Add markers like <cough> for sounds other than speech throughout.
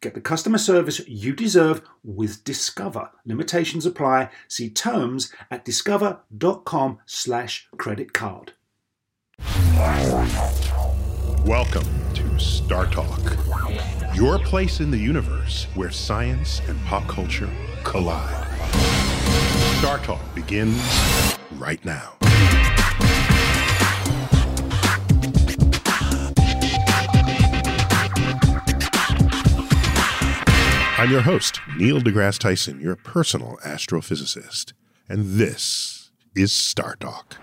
Get the customer service you deserve with Discover. Limitations apply. See terms at discover.com slash credit card. Welcome to Star Talk, your place in the universe where science and pop culture collide. Star Talk begins right now. I'm your host, Neil deGrasse Tyson, your personal astrophysicist, and this is Star Talk.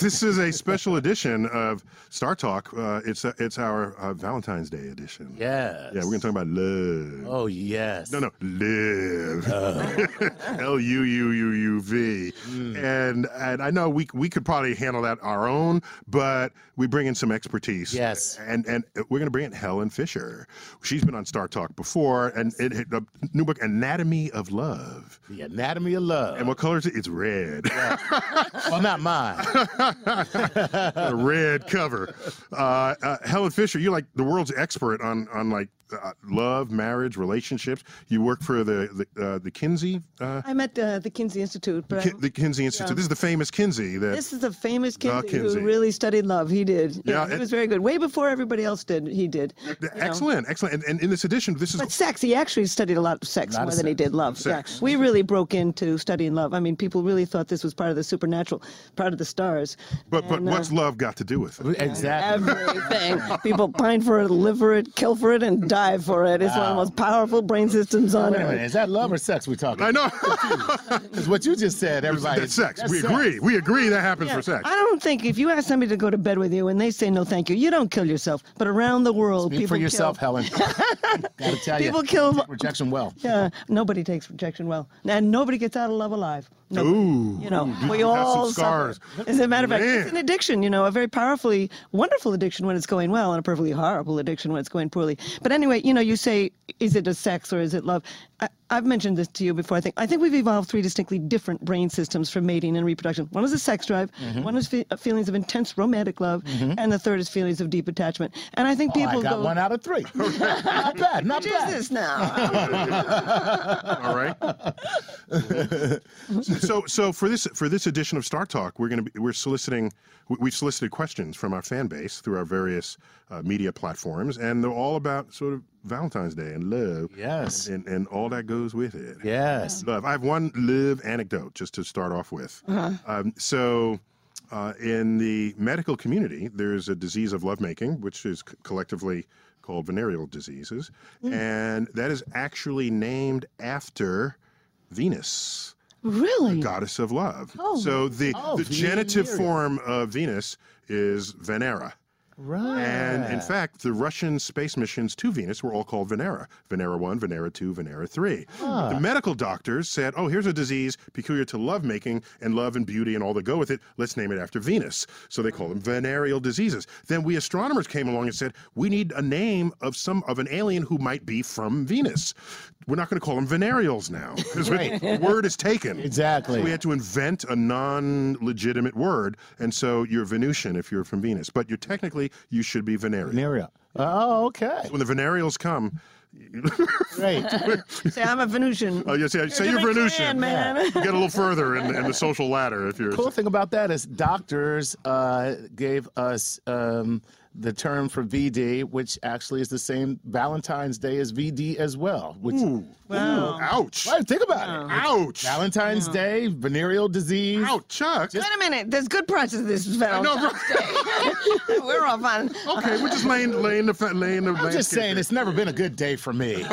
This is a special edition of Star Talk. Uh, it's a, it's our uh, Valentine's Day edition. Yes. Yeah, we're gonna talk about love. Oh yes. No, no, live. <laughs> L U U U U V. Hmm. And and I know we we could probably handle that our own, but we bring in some expertise. Yes. And and we're gonna bring in Helen Fisher. She's been on Star Talk before, and it, it a new book Anatomy of Love. The anatomy of love. And what color is it? It's red. well, <laughs> not mine. a red cover. Uh, uh, Helen Fisher, you're like the world's expert on on like uh, love, marriage, relationships. You work for the the, uh, the Kinsey uh, I'm at uh, the Kinsey Institute, but Ki- I'm- the Kinsey Institute. This is the famous Kinsey. That this is the famous Kinsey, Kinsey. who really studied love. He did. Yeah, Yeah, he and- was very good. Way before everybody else did, he did. you know. excellent, excellent. And, and in this edition, this is But sex, he actually studied a lot of sex Lot of more than he sex. did love. Sex. Yeah. We really broke into studying love. I mean, people really thought this was part of the supernatural, part of the stars. but but and, uh, what's love got to do with it? <laughs> exactly. Everything. people pine for it, live for it, kill for it, and die for it. It's one of the most powerful brain systems on Wait a minute. earth. Is that love or sex we're talking? I know. Because what you just said, <laughs> everybody. That's sex. that's we sex. agree. We agree that happens for sex. I don't think if you ask somebody to go to bed with you and they say no, thank you, you don't kill yourself. But around the world, Speak people for yourself, kill. <laughs> Helen. Gotta tell you. People kill- take rejection well. Yeah, nobody takes rejection well, and nobody gets out of love alive. No, Ooh. you know, you we have some all Mm, scars. Suffer. As a matter of fact, Man. it's an addiction. You know, a very powerfully wonderful addiction when it's going well, and a perfectly horrible addiction when it's going poorly. But anyway, you know, you say, is it a sex or is it love? I, I've mentioned this to you before. I think I think we've evolved three distinctly different brain systems for mating and reproduction. One is a sex drive. Mm-hmm. One is fe- uh, feelings of intense romantic love, and the third is feelings of deep attachment. And I think Oh, people I got go. one out <laughs> of three. not bad. Not "What is bad. this now? All right. so so for this for this edition of Star Talk, we're gonna be we're soliciting we- we've solicited questions from our fan base through our various uh, media platforms, and they're all about sort of Valentine's Day and love. Yes. And and all that goes with it. Yes. Love. I have one live anecdote just to start off with. Uh-huh. Um, so, uh, in the medical community, there's a disease of lovemaking, which is c- collectively called venereal diseases, Mm. and that is actually named after Venus, really? goddess of love. Oh. So the Oh, the genitive venereal. form of Venus is Venera. Right. And in fact, the Russian space missions to Venus were all called Venera. Venera 1, Venera 2, Venera 3. The medical doctors said, oh, here's a disease peculiar to lovemaking and love and beauty and all that go with it. Let's name it after Venus. So they call them venereal diseases. Then we astronomers came along and said, we need a name of some of an alien who might be from Venus. We're not going to call them venereals now because the <laughs> word is taken. Exactly. So we had to invent a non-legitimate word, and so you're Venusian if you're from Venus, but you're technically you should be Venerian. Miriam. Oh, okay. When the Venereals come, <laughs> Great. Say I'm a Venusian. oh, you say, say you're different Venusian. clan, man. You get a little further in, in the social ladder if you're. cool thing about that is doctors uh, gave us um, the term for VD, which actually is the same Valentine's Day as VD as well. Which, Ooh. Wow. Ooh, ouch. Right, think about it. Ouch. Valentine's Day, venereal disease. Ouch, Chuck. Wait a minute. There's good parts of this I know, Valentine's Day. <laughs> We're off on. okay, we're <laughs> just laying, laying the, fa- laying the I'm just saying, it's never been a good day <laughs> for me.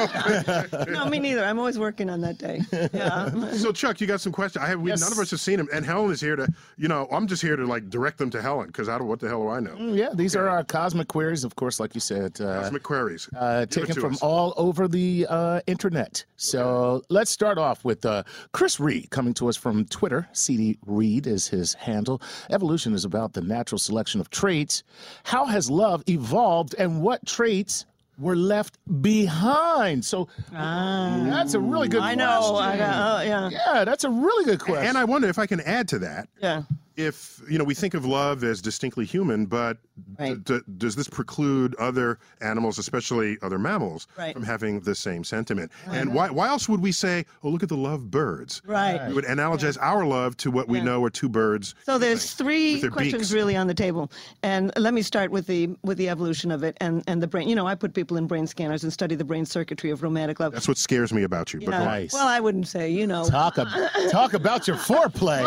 No, me neither. I'm always working on that day. Yeah. So Chuck, you got some questions? I have. We, Yes. None of us have seen him, and Helen is here to. You know, I'm just here to like direct them to Helen because I don't. What the hell do I know? yeah, these are our cosmic queries, of course, like you said. Uh, Cosmic queries. Give uh, it taken to from us. all over the uh, internet. So let's start off with uh, Chris Reed coming to us from Twitter. CD Reed is his handle. Evolution is about the natural selection of traits. How has love evolved and what traits were left behind? So that's a really good Ah. I question. know. I got, oh, yeah. Yeah, that's a really good question. And I wonder if I can add to that. Yeah. If you know, we think of love as distinctly human, but d- Right. d- does this preclude other animals, especially other mammals, Right. Uh-huh. from having the same sentiment? And why? Why else would we say, "Oh, look at the love birds"? Right. We would analogize our love to what we know are two birds. So there's three their questions beaks. really on the table, and let me start with the with the evolution of it and, and the brain. You know, I put people in brain scanners and study the brain circuitry of romantic love. That's what scares me about you. You But know, go on. Nice. Well, I wouldn't say. You know, talk, ab- talk about <laughs> your foreplay.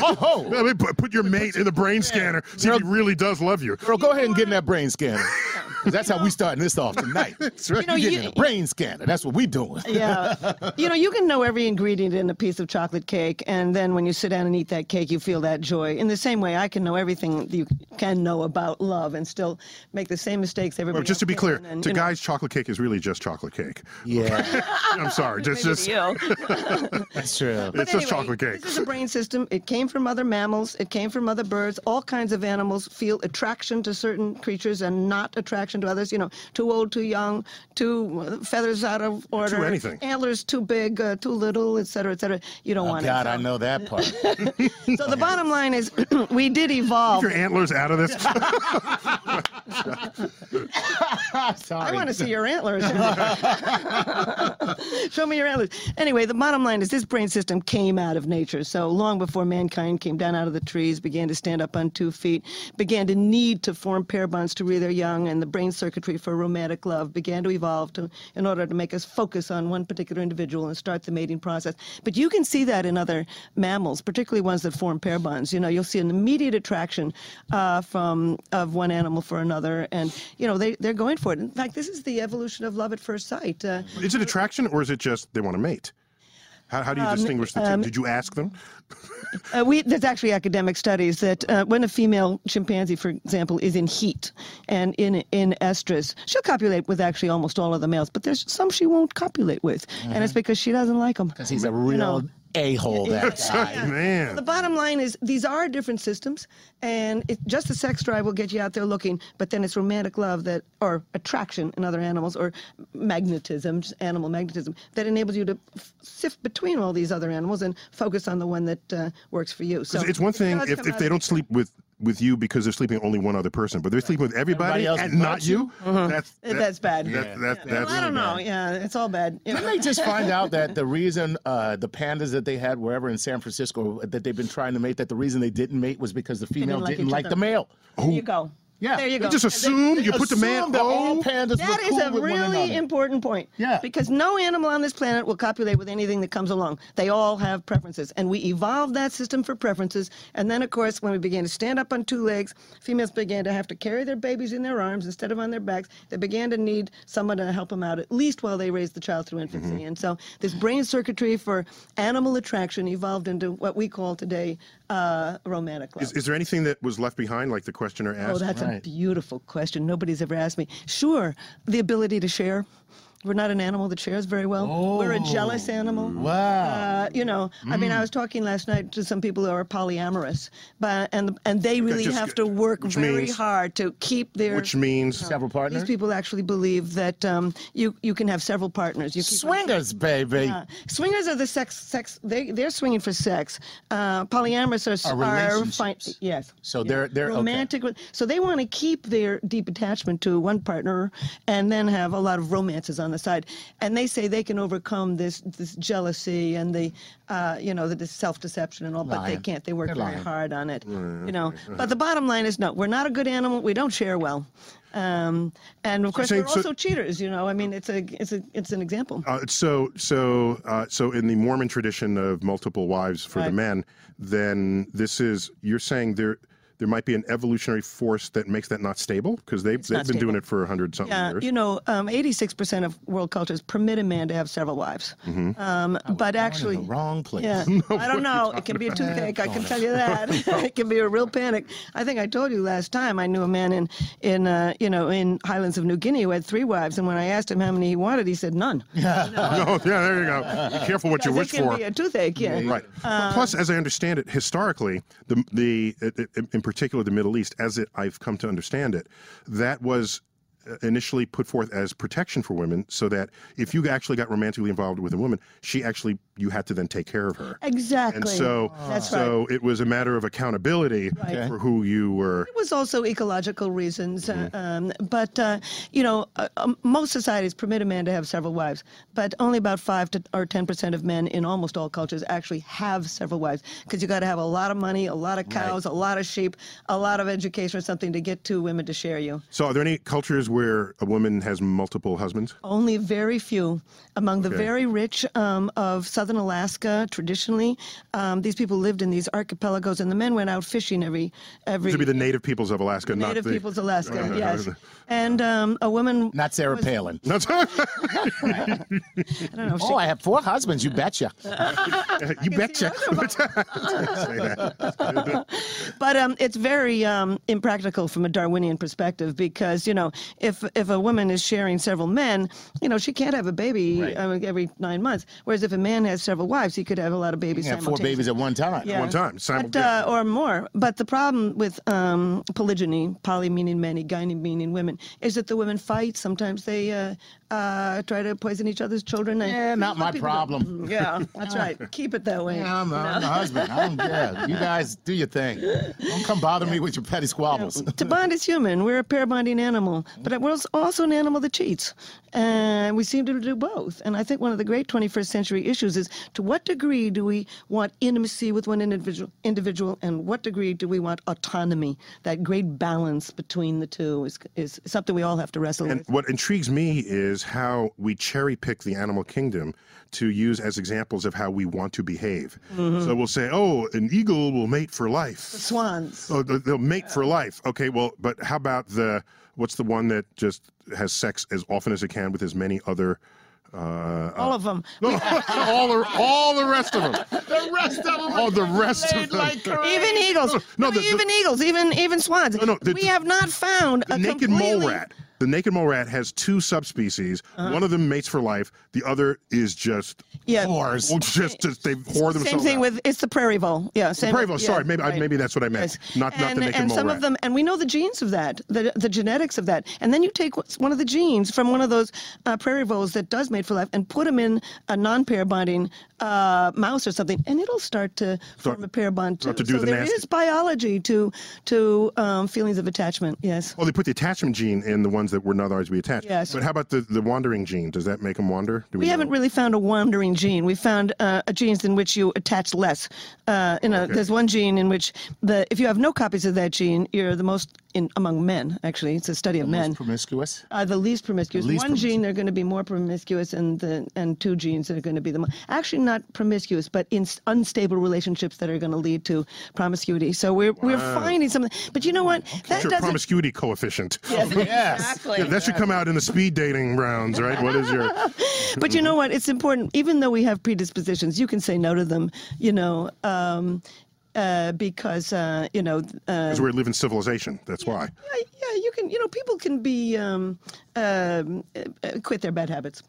oh, Well, I mean, put, put your mate in the brain scanner. See if he really does love you. girl, go ahead and get in that brain <laughs> scanner. 'Cause That's how we starting this off tonight. That's right. You know, getting you- in a brain scanner. That's what we <laughs> doing. yeah. You know, you can know every ingredient in a piece of chocolate cake, and then when you sit down and eat that cake, you feel that joy. In the same way, I can know everything you can know about love and still make the same mistakes everybody. Well, just to else be clear, can, and, to you know, guys, chocolate cake is really just chocolate cake. Yeah, <laughs> I'm sorry, just maybe just to you. that's true. <laughs> it's just chocolate cake. This is a brain system. It came from other mammals. It came from other birds. All kinds of animals feel attraction to certain creatures and not attraction to others. You know, too old, too young, too uh, feathers out of order, anything. antlers too big, uh, too little, et cetera, et cetera. You don't Oh, want God, it. I know that <laughs> part. So the bottom line is, <clears throat> we did evolve. Your antlers out of <laughs> this. <laughs> Sorry. I want to see your antlers. <laughs> Show me your antlers. Anyway, the bottom line is this brain system came out of nature. So long before mankind came down out of the trees, began to stand up on two feet, began to need to form pair bonds to rear their young, and the brain circuitry for romantic love began to evolve to, in order to make us focus on one particular individual and start the mating process. But you can see that in other mammals, particularly ones that form pair bonds. You know, you'll see an immediate attraction uh, from of one animal for another, and you know they they're going for it. In fact, this is the evolution of love at first sight. Uh, is it attraction or is it just they want to mate? How, how do you Um, distinguish the two? Did you ask <laughs> them? Uh, we, there's actually academic studies that uh, when a female chimpanzee, for example, is in heat and in in estrus, she'll copulate with actually almost all of the males, but there's some she won't copulate with, and it's because she doesn't like them. Because Mm-hmm. He's a real a <laughs> hole. <laughs> That guy. Man, The bottom line is these are different systems, and it, just the sex drive will get you out there looking. But then it's romantic love that, or attraction in other animals, or magnetism, just animal magnetism, that enables you to f- sift between all these other animals and focus on the one that uh, works for you. So it's one it thing does if, come if out they of- don't sleep with with you because they're sleeping only one other person, but they're sleeping with everybody, Everybody else Uh-huh. and but not you. That's Uh, that's bad. That, that, Well, That's I don't know. Yeah, it's all bad. You know. Didn't they just find out that the reason uh, the pandas that they had wherever in San Francisco that they've been trying to mate, that the reason they didn't mate was because the female like didn't each like other. the male. There you go. Yeah, There you They go. just assume you put the man. Assumed that all oh, pandas That were is cool a with one really another. important point. Yeah. Because no animal on this planet will copulate with anything that comes along. They all have preferences. And we evolved that system for preferences. And then, of course, when we began to stand up on two legs, females began to have to carry their babies in their arms instead of on their backs. They began to need someone to help them out, at least while they raised the child through infancy. Mm-hmm. And so this brain circuitry for animal attraction evolved into what we call today uh, romantic love. Is, is there anything that was left behind, like the questioner asked? Oh, that's a Right. beautiful question. Nobody's ever asked me. Sure, the ability to share. We're not an animal that shares very well. We're a jealous animal. Wow. Uh, you know, I mean, I was talking last night to some people who are polyamorous, but and and they really just- have to work which very means- hard to keep their. Which means Several partners. these people actually believe that um, you you can have several partners. You keep Swingers, baby. uh, swingers are the sex sex. They they're swinging for sex. Uh, polyamorous are Are relationships. yes. So they're- they're- okay. romantic. So they want to keep their deep attachment to one partner and then have a lot of romances on the side, and they say they can overcome this this jealousy and the uh, you know the self deception and all, but Lying. they can't. They work They're very lying. Mm-hmm. hard on it, you know. But the bottom line is no, we're not a good animal. We don't share well, um, and of course saying- we're so- also cheaters. You know, I mean it's a it's a it's an Oh, example. Uh, so so uh, so in the Mormon tradition of multiple wives for the Right. men, then this is you're saying there there might be an evolutionary force that makes that not stable because they they've been not doing stable. it for a hundred something Yeah, years. you know, um, 86% of world cultures permit a man to have several wives. Mm-hmm. Um, but actually, in the wrong <laughs> place. yeah, I don't know. It can be a toothache. I can tell you that. <laughs> it can be a real panic. I think I told you last time I knew a man in in uh, you know in Highlands of New Guinea who had three wives, and when I asked him how many he wanted, he said none. <laughs> no, yeah, there you go. Be careful <laughs> what you Because wish it can for. be a toothache. Yeah. Right. Um, Plus, as I understand it, historically, the the i- i- in particular the Middle East, as it I've come to understand it, that was uh, initially put forth as protection for women, so that if you actually got romantically involved with a woman, she actually you had to then take care of her. Exactly. And so, That's right. so it was a matter of accountability for who you were. It was also ecological reasons, uh, Mm-hmm. um, but uh, you know, uh, um, most societies permit a man to have several wives, but only about five to, or ten percent of men in almost all cultures actually have several wives because you got to have a lot of money, a lot of cows, a lot of sheep, a lot of education or something to get two women to share you. So, are there any cultures where a woman has multiple husbands? Only very few among the very rich um, of southern Alaska. Traditionally, um, these people lived in these archipelagos, and the men went out fishing every every. To be the native peoples of Alaska, not Native the Uh-huh. peoples, Alaska, Yeah. <laughs> yes, and um, a woman <laughs> Not Sarah Palin. That's- I don't know. if she- Oh, I have four husbands. You <laughs> betcha. you see betcha. most of Say that. But um, it's very um, impractical from a Darwinian perspective because you know if if a woman is sharing several men, you know she can't have a baby uh, every nine months. Whereas if a man has several wives, he could have a lot of babies. You have four simultaneously. babies at one time. Yeah. One time, simul- But, uh, or more. But the problem with um, polygyny, poly meaning many, gyne meaning women, is that the women fight. Sometimes they uh, uh, try to poison each other's children. I- Yeah, not my problem. <laughs> yeah, <laughs> that's right. Keep it that way. Yeah, I'm, I'm the husband. I don't care. You guys do your thing. Don't come bother me with your petty squabbles. <laughs> to bond is human. We're a pair bonding animal, but we're als- also an animal that cheats. And we seem to do both. And I think one of the great 21st century issues is to what degree do we want intimacy with one individual, individual and what degree do we want autonomy? That great balance between the two is, is something we all have to wrestle And with. what intrigues me is how we cherry pick the animal kingdom to use as examples of how we want to behave. So we'll say, oh, an eagle will mate for life. Swans. Oh, th- they'll mate for life. Okay, well, but how about the what's the one that just has sex as often as it can with as many other uh, All of them. <laughs> all the all the rest of them. <laughs> The rest of them. Oh, the rest of them. Even eagles. No, No, the- the- even eagles. Even even swans. no, the- we have not found a naked completely... Uh-huh. mole rat. The naked mole rat has two subspecies. One of them mates for life. The other is just Yeah. Whores. Well, <laughs> just, just they whore themselves. Same thing out. with it's the prairie vole. Yeah, same. Prevo, yeah, sorry, maybe I right. maybe that's what I meant. Yes. Not not and, the naked and mole some rat. of them, and we know the genes of that, the the genetics of that, and then you take what's- one of the genes from one of those uh, prairie voles that does mate for life, and put them in a non-pair bonding uh, mouse or something, and it'll start to form a pair bond too. start to do so the there nasty- is biology to to um, feelings of attachment. Yes. Oh, they put the attachment gene in the ones that would not otherwise be attached. Yes. But how about the, the wandering gene? Does that make them wander? Do We know? haven't really found a wandering gene. We found uh, a genes in which you attach less. Uh, you know, there's one gene in which the if you have no copies of that gene, you're the most in among men. Actually, it's a study of <laughs> men. <laughs> Promiscuous. Are the least promiscuous. least one gene they're going to be more promiscuous, and the and two genes that are going to be the mo- actually not promiscuous, but in s- unstable relationships that are going to lead to promiscuity. So we're we're finding something. But you know what? That What's your doesn't. promiscuity <laughs> coefficient? Yes. Yeah, that should come out in the speed dating rounds, right? What is <laughs> your? But you know what? It's important. Even though we have predispositions, you can say no to them. You know, um, uh, because uh, you know, uh, Because we live in civilization. That's why. yeah, yeah, you can. You know, people can be um, um, uh, uh, quit their bad habits.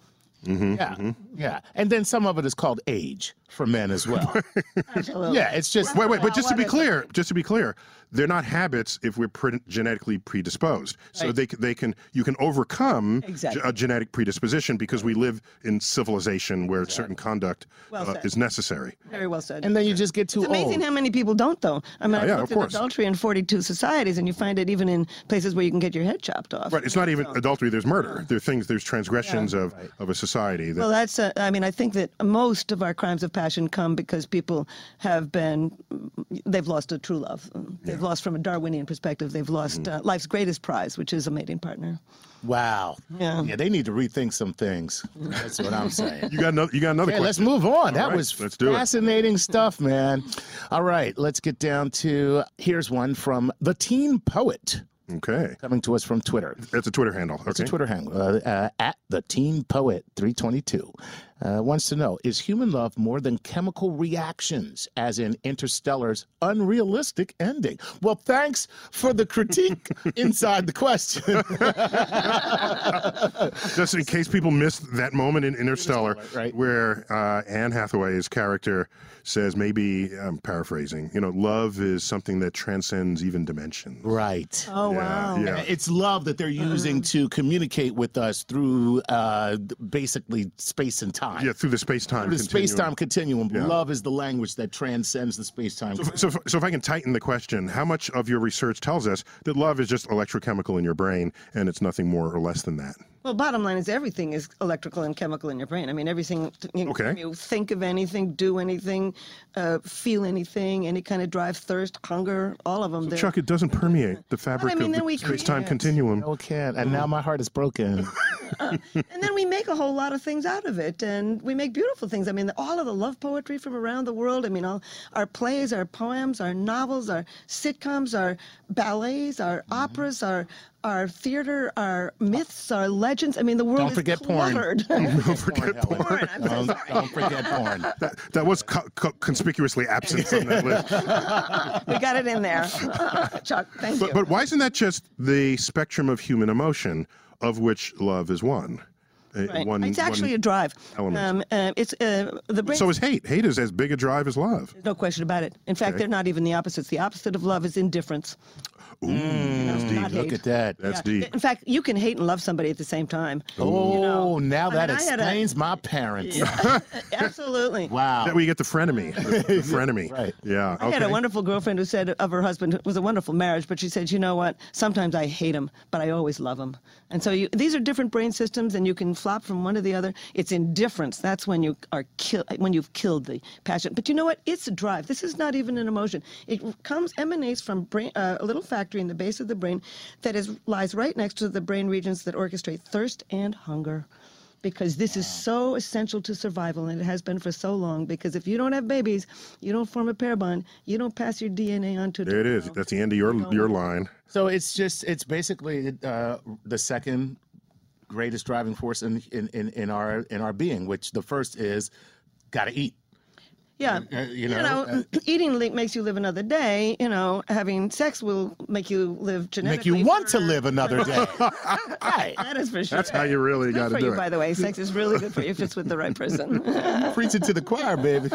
Mm-hmm. Yeah. Yeah. And then some of it is called age. for men as well. <laughs> Absolutely. yeah, it's just Wait, wait, but Now, just to what be is it? clear, just to be clear, they're not habits if we're pre- genetically predisposed. So Right. they c- they can you can overcome ge- Exactly. a genetic predisposition because we live in civilization where certain conduct Well uh, said. is necessary. Very well said. and then you just get too It's amazing old. how many people don't, though. I mean, I've Oh. yeah, of looked at course. adultery in 42 societies, and you find it even in places where you can get your head chopped off. Right, it's not even adultery. There's murder. There are things. There's transgressions of, of a society. That, Well, that's, uh, I mean, I think that most of our crimes of passion come because people have been, they've lost a true love. They've lost, from a Darwinian perspective, they've lost Mm. uh, life's greatest prize, which is a mating partner. Wow. Yeah. Mm. they need to rethink some things. That's what I'm saying. you got another. You got another Okay, question. let's move on. that right, was let's do it. fascinating stuff, man. All right, let's get down to here's one from the Teen Poet Okay, coming to us from Twitter. that's a Twitter handle. Okay, It's a Twitter handle uh, uh, at the Teen Poet 322 uh, wants to know: Is human love more than chemical reactions, as in Interstellar's unrealistic ending? Well, thanks for <laughs> the critique inside the question. <laughs> just in case people missed that moment in Interstellar, right. where uh, Anne Hathaway's character says, maybe I'm paraphrasing, you know, love is something that transcends even dimensions. right. Oh, Yeah, wow. yeah. It's love that they're using to communicate with us through uh, basically space and time. Yeah, through the space time. The space time continuum. Yeah. Love is the language that transcends the space time. So, if- so if I can tighten the question, how much of your research tells us that love is just electrochemical in your brain and it's nothing more or less than that? Well, bottom line is everything is electrical and chemical in your brain. I mean, everything. You, Okay. you think of anything, do anything, uh, feel anything, any kind of drive, thirst, hunger, all of them. they're- Chuck, it doesn't permeate the fabric mean, of then the we space time create- continuum. No, it can't. And Mm. now my heart is broken. and then we make a whole lot of things out of it, and we make beautiful things. I mean, all of the love poetry from around the world. I mean, all our plays, our poems, our novels, our sitcoms, our ballets, our operas, our our theater, our myths, our legends. I mean, the world Don't is forget porn. cluttered. <laughs> Don't forget Helen. porn. Porn, I'm <laughs> so Don't, don't forget porn. That, that was co- co- conspicuously absent from that list. we got it <laughs> in there, Uh, Chuck. Thank you. But, but why isn't that just the spectrum of human emotion of which love is one? Uh, Right. one- it's actually one- a drive. element. Um, uh, it's uh, the brain. so is hate. Hate is as big a drive as love. no question about it. In fact, they're not even the opposites. The opposite of love is indifference. Ooh, That's deep. Look at that. That's Yeah. deep. In fact, you can hate and love somebody at the same time. Oh, now I that mean, I had a- explains <laughs> my parents. Absolutely. <laughs> Wow. That way you get the <laughs> frenemy. The, the frenemy. Right. Yeah. Okay. I had a wonderful girlfriend who said of her husband it was a wonderful marriage, but she said, "You know what? Sometimes I hate him, but I always love him." And so you, these are different brain systems, and you can flop from one to the other. It's indifference. That's when you are kill, when you've killed the passion. But you know what? It's a drive. This is not even an emotion. It comes emanates from brain, uh, a little factory in the base of the brain that is lies right next to the brain regions that orchestrate thirst and hunger because this is so essential to survival and it has been for so long because if you don't have babies you don't form a pair bond you don't pass your dna on to there it is. That's the end of your your line. So it's just it's basically uh, the second greatest driving force in, in in in our in our being, which the first is gotta eat. yeah Uh, you you know, know, uh, <clears throat> eating li- makes you live another day you know having sex will make you live Make genetically you want to forever. live another day. right. <laughs> that is for sure That's how you really Good got to for do you, it. by the way. Sex is really good for you if it's with the right <laughs> person. Preaching to the choir, baby.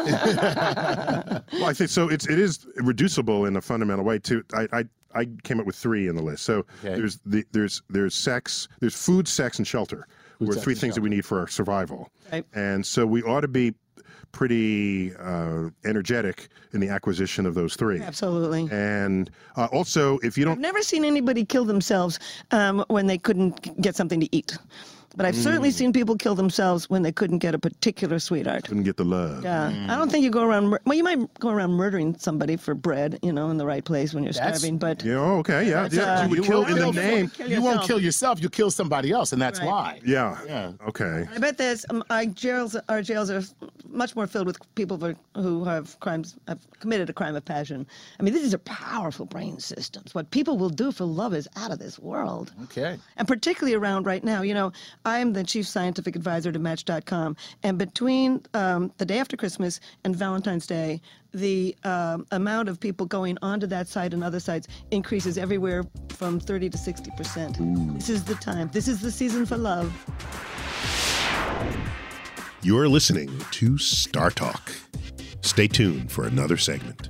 Well, I think so. It's it is reducible in a fundamental way. To I I, I came up with three in the list. So there's the, there's there's sex, there's food, sex, and shelter. were three things that we need for our survival. Right. And so we ought to be pretty uh, energetic in the acquisition of those three. Absolutely. And uh, also, if you I've don't, never seen anybody kill themselves um, when they couldn't get something to eat. But I've certainly seen people kill themselves when they couldn't get a particular sweetheart. didn't get the love. Yeah, I don't think you go around. Mur- well, you might go around murdering somebody for bread, you know, in the right place when you're That's- starving. But Yeah. oh, okay. Yeah. yeah. uh, you would You kill will in the kill- name. kill you won't yourself. kill yourself, you'll kill somebody else, and that's Right. why. Yeah. Yeah. Okay. I bet there's um, our jails. Our jails are much more filled with people for, who have crimes have committed a crime of passion. I mean, these are powerful brain systems. What people will do for love is out of this world. Okay. and particularly around right now. You know, I'm the chief scientific advisor to Match.com, and between um, the day after Christmas and Valentine's Day, the um, amount of people going onto that site and other sites increases everywhere from 30 to 60 percent. This is the time. This is the season for love. You're listening to Star Talk. Stay tuned for another segment.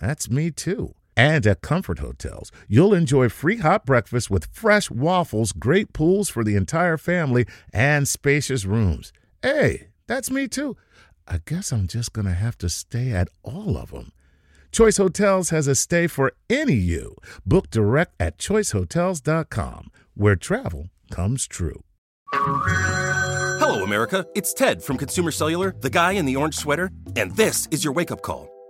That's me too. And at Comfort Hotels, you'll enjoy free hot breakfast with fresh waffles, great pools for the entire family, and spacious rooms. Hey, that's me too. I guess I'm just going to have to stay at all of them. Choice Hotels has a stay for any you. Book direct at choicehotels.com, where travel comes true. Hello, America. It's Ted from Consumer Cellular, the guy in the orange sweater, and this is your wake up call.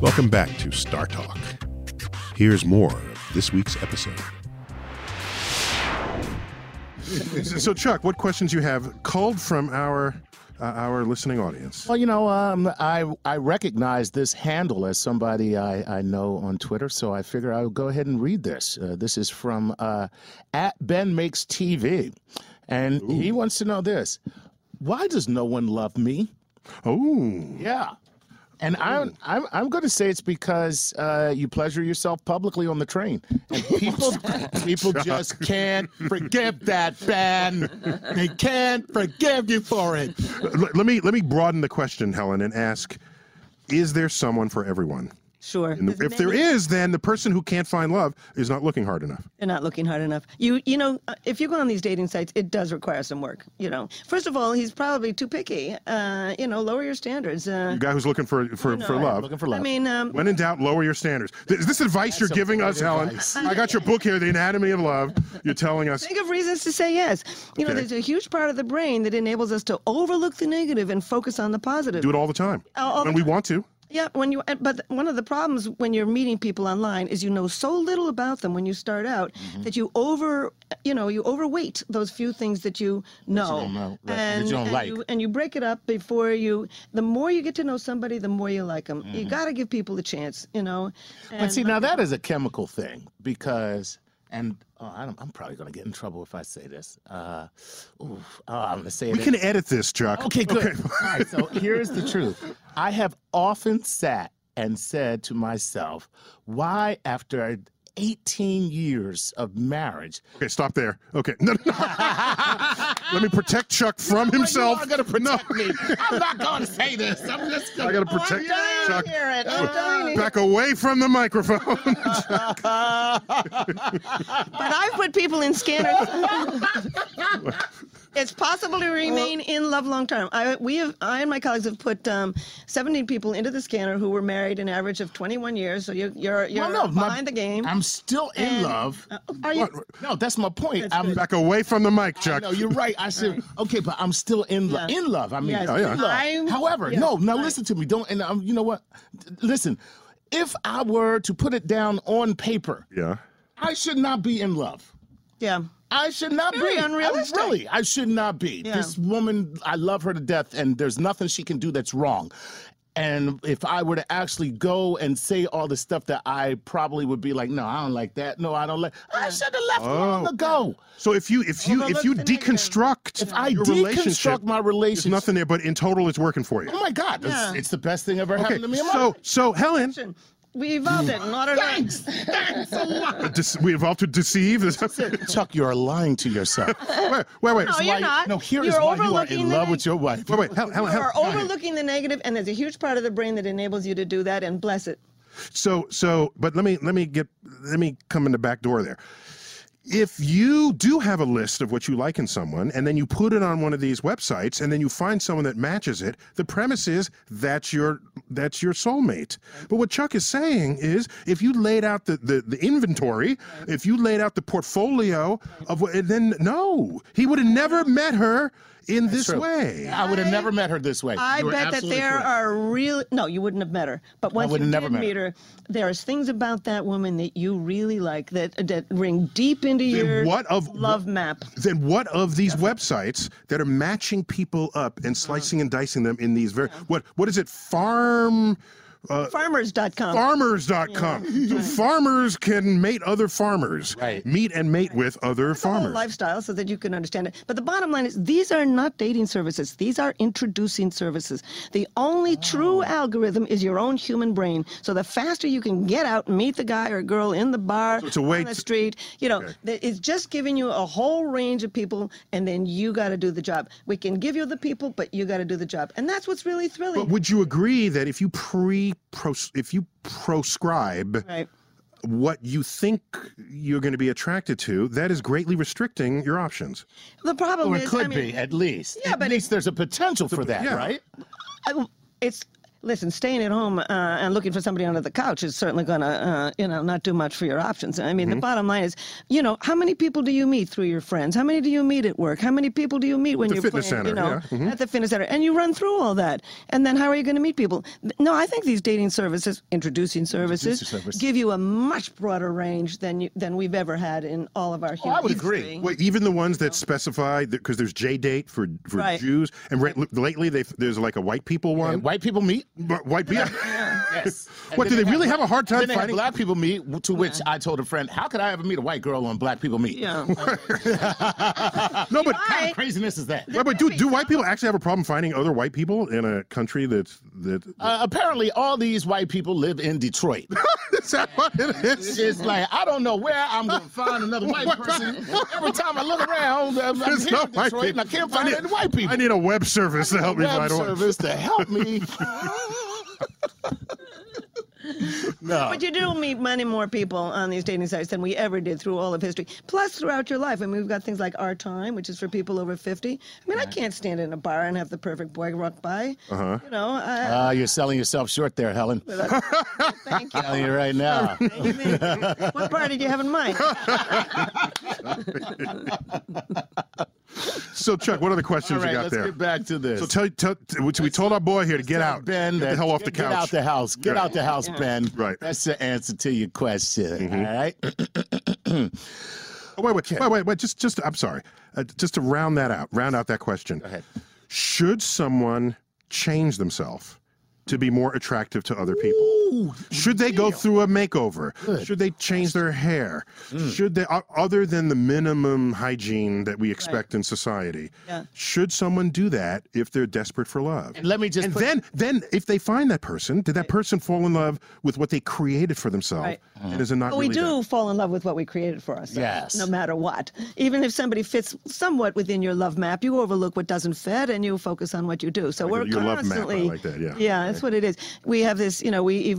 Welcome back to Star Talk. Here's more of this week's episode. so, Chuck, what questions you have culled from our uh, our listening audience? Well, you know, um, I I recognize this handle as somebody I, I know on Twitter, so I figure I will go ahead and read this. Uh, this is from uh, at Ben Makes TV, and he wants to know this: Why does no one love me? Oh, Yeah. And I'm I'm, I'm going to say it's because uh, you pleasure yourself publicly on the train, <laughs> and people people just can't forgive that, Ben. They can't forgive you for it. L- let me let me broaden the question, Helen, and ask: Is there someone for everyone? Sure. And if there is, then the person who can't find love is not looking hard enough. They're not looking hard enough. You you know, uh, if you go on these dating sites, it does require some work. You know, first of all, he's probably too picky. Uh, you know, lower your standards. Uh, The guy who's looking for for, for love. Looking for love. I mean, um, When in doubt, lower your standards. Th- Is this advice you're some giving great us, Helen? advice. I got your book here, The Anatomy of Love. You're telling us. think of reasons to say yes. You know, Okay. there's a huge part of the brain that enables us to overlook the negative and focus on the positive. Do it all the time All- all the when we want to. Yeah, when you and- but one of the problems when you're meeting people online is you know so little about them when you start out Mm-hmm. that you over you know you overweight those few things that you know, don't know, right, that and you don't and like. You, and you break it up before you. The more you get to know somebody, the more you like them. You got to give people a chance, you know. Mm-hmm. But see, now that is a chemical thing because, and oh, I don't, I'm probably going to get in trouble if I say this. Uh, oof, oh, I'm going to say We it. can edit this, Chuck. Okay, good. <laughs> All right, so here's the truth. I have often sat and said to myself, why after 18 years <laughs> of marriage? Okay, stop there. Okay, <laughs> no, no, no. Let me protect Chuck from himself. You are going to protect me. I'm not going to say this. I'm just going I gotta protect Chuck. Uh, dying. Back away from the microphone. <laughs> But I've put people in <laughs> scanners. it's possible to remain in love long term. I we have I and my colleagues have put um, 17 people into the scanner who were married an average of 21 years. So you, you're you're Well, no, my- behind the game. I'm still in And- uh, love. uh, Are you? No, that's my point. I'm Back away from the mic, Chuck. No, you're right. I said okay, but I'm still in love. In love. I mean, Yes. in Oh, yeah. love. I'm- However, yes, no. Now right. listen to me. Don't. And um, you know what? D- Listen, if I were to put it down on paper, Yeah. I should not be in love. Yeah. I should not Very be. I- unrealistic. Really, I should not be. Yeah. This woman, I love her to death, and there's nothing she can do that's wrong. And if I were to actually go and say all the stuff that I probably would be like, no, I don't like that. No, I don't like. I should have left long Oh. ago. So if you if you Well, if you let's connect them. deconstruct If I your relationship, deconstruct my there's relationship, nothing there. But in total, it's working for you. Oh my God, it's, Yeah. it's the best thing ever Okay. happened to me in my So life. so Helen, Question. We evolved it in order to. <laughs> Uh, dece- we evolved to deceive. <laughs> Chuck, you are lying to <laughs> yourself. wait, wait, wait. No, Why- you're not. No, here is You're why you are overlooking in the love neg- with your wife. Wait, wait, Helen, You Helen, are Helen. overlooking the negative, and there's a huge part of the brain that enables you to do that, and bless it. So, so, but let me let me get let me come in the back door there. If you do have a list of what you like in someone, and then you put it on one of these websites, and then you find someone that matches it, the premise is that's your that's your soulmate. But what Chuck is saying is, if you laid out the the, the inventory, if you laid out the portfolio of what, and then no, he would have never met her in this true. way. I would have never met her this way. I You are bet that absolutely there correct. are real. No, you wouldn't have met her. But once you would have did never met meet her. her, there is things about that woman that you really like that that ring deep into your what of- love map. then what of these websites that are matching people up Uh-huh. and slicing and dicing them in these very what what is it farm Um, Farmers.com. farmers.com so farmers can mate other farmers Right. meet and mate with other the whole farmers lifestyle so that you can understand it. But the bottom line is these are not dating services. These are introducing services. The only true algorithm is your own human brain. So the faster you can get out, meet the guy or girl in the bar, it's a way on the to- street, you know, that it's just giving you a whole range of people and then you got to do the job. We can give you the people, but you got to do the job. And that's what's really thrilling. but would you agree that if you pre if you proscribe right. what you think you're going to be attracted to that is greatly restricting your options The problem Or is it could I mean, be, at least. Yeah, at but it- least there's a potential for that, yeah. right? I, it's listen staying at home uh, and looking for somebody under the couch is certainly going to uh, you know not do much for your options i mean the bottom line is you know how many people do you meet through your friends how many do you meet at work how many people do you meet when the you're fitness playing, you center, know yeah. Mhm. at the fitness center and you run through all that and then how are you going to meet people Th- no i think these dating services introducing services services. give you a much broader range than you, than we've ever had in all of our history I would agree. Well, even the ones that specify because there's J date for for Right. Jews, and re- lately they there's like a white people one. And white people meet. But white people. <laughs> Yes. And What then do they have really bla- have a hard time then they have finding- black people meet, w- to which I told a friend, "How could I ever meet a white girl on Black People Meet? yeah no, but What kind Right. of craziness is that?" but, but do do white people actually have a problem finding other white people in a country that's that? Uh, apparently, all these white people live in Detroit. <laughs> is that what it It's is? just like I don't know where I'm gonna <laughs> find another white person. Every time I look around, I'm, I'm There's here no in white Detroit, and I people. can't find need- any white people. I need a web service to help me Web find one. service to <laughs> help me. no, But you do meet many more people on these dating sites than we ever did through all of history. Plus, throughout your life, I mean, we've got things like Our Time, which is for people over 50. I mean, I can't stand in a bar and have the perfect boy walk by. Uh-huh. You know, I, uh, you're selling yourself short there, Helen. thank you. Telling you right now. I mean, what part did you have in mind? So Chuck, what other All questions right, you got let's there? get back to this. So tell, tell which we told our boy here to get out, Ben, get the that- hell off the get- couch. Get out the house. Get Right. out the house, Ben. Right. Mm-hmm. That's the answer to your question. all right. <clears throat> Oh, wait, wait, wait, wait, wait. Just, just. I'm sorry. Uh, just to round that out, round out that question. Go ahead. Should someone change themselves to be more attractive to other people? Should they go through a makeover? Should they change their hair? Mm. Should they, o- other than the minimum hygiene that we expect in society, Yeah. should someone do that if they're desperate for love? And let me just And put- then, then if they find that person, did that person fall in love with what they created for themselves? Right. And is it not But we really them? do fall in love with what we created for ourselves. Yes. No matter what. Even if somebody fits somewhat within your love map, you overlook what doesn't fit and you focus on what you do. So we're your love map, I constantly. like that, yeah. Yeah, that's what it is. We have this, you know, we evolve.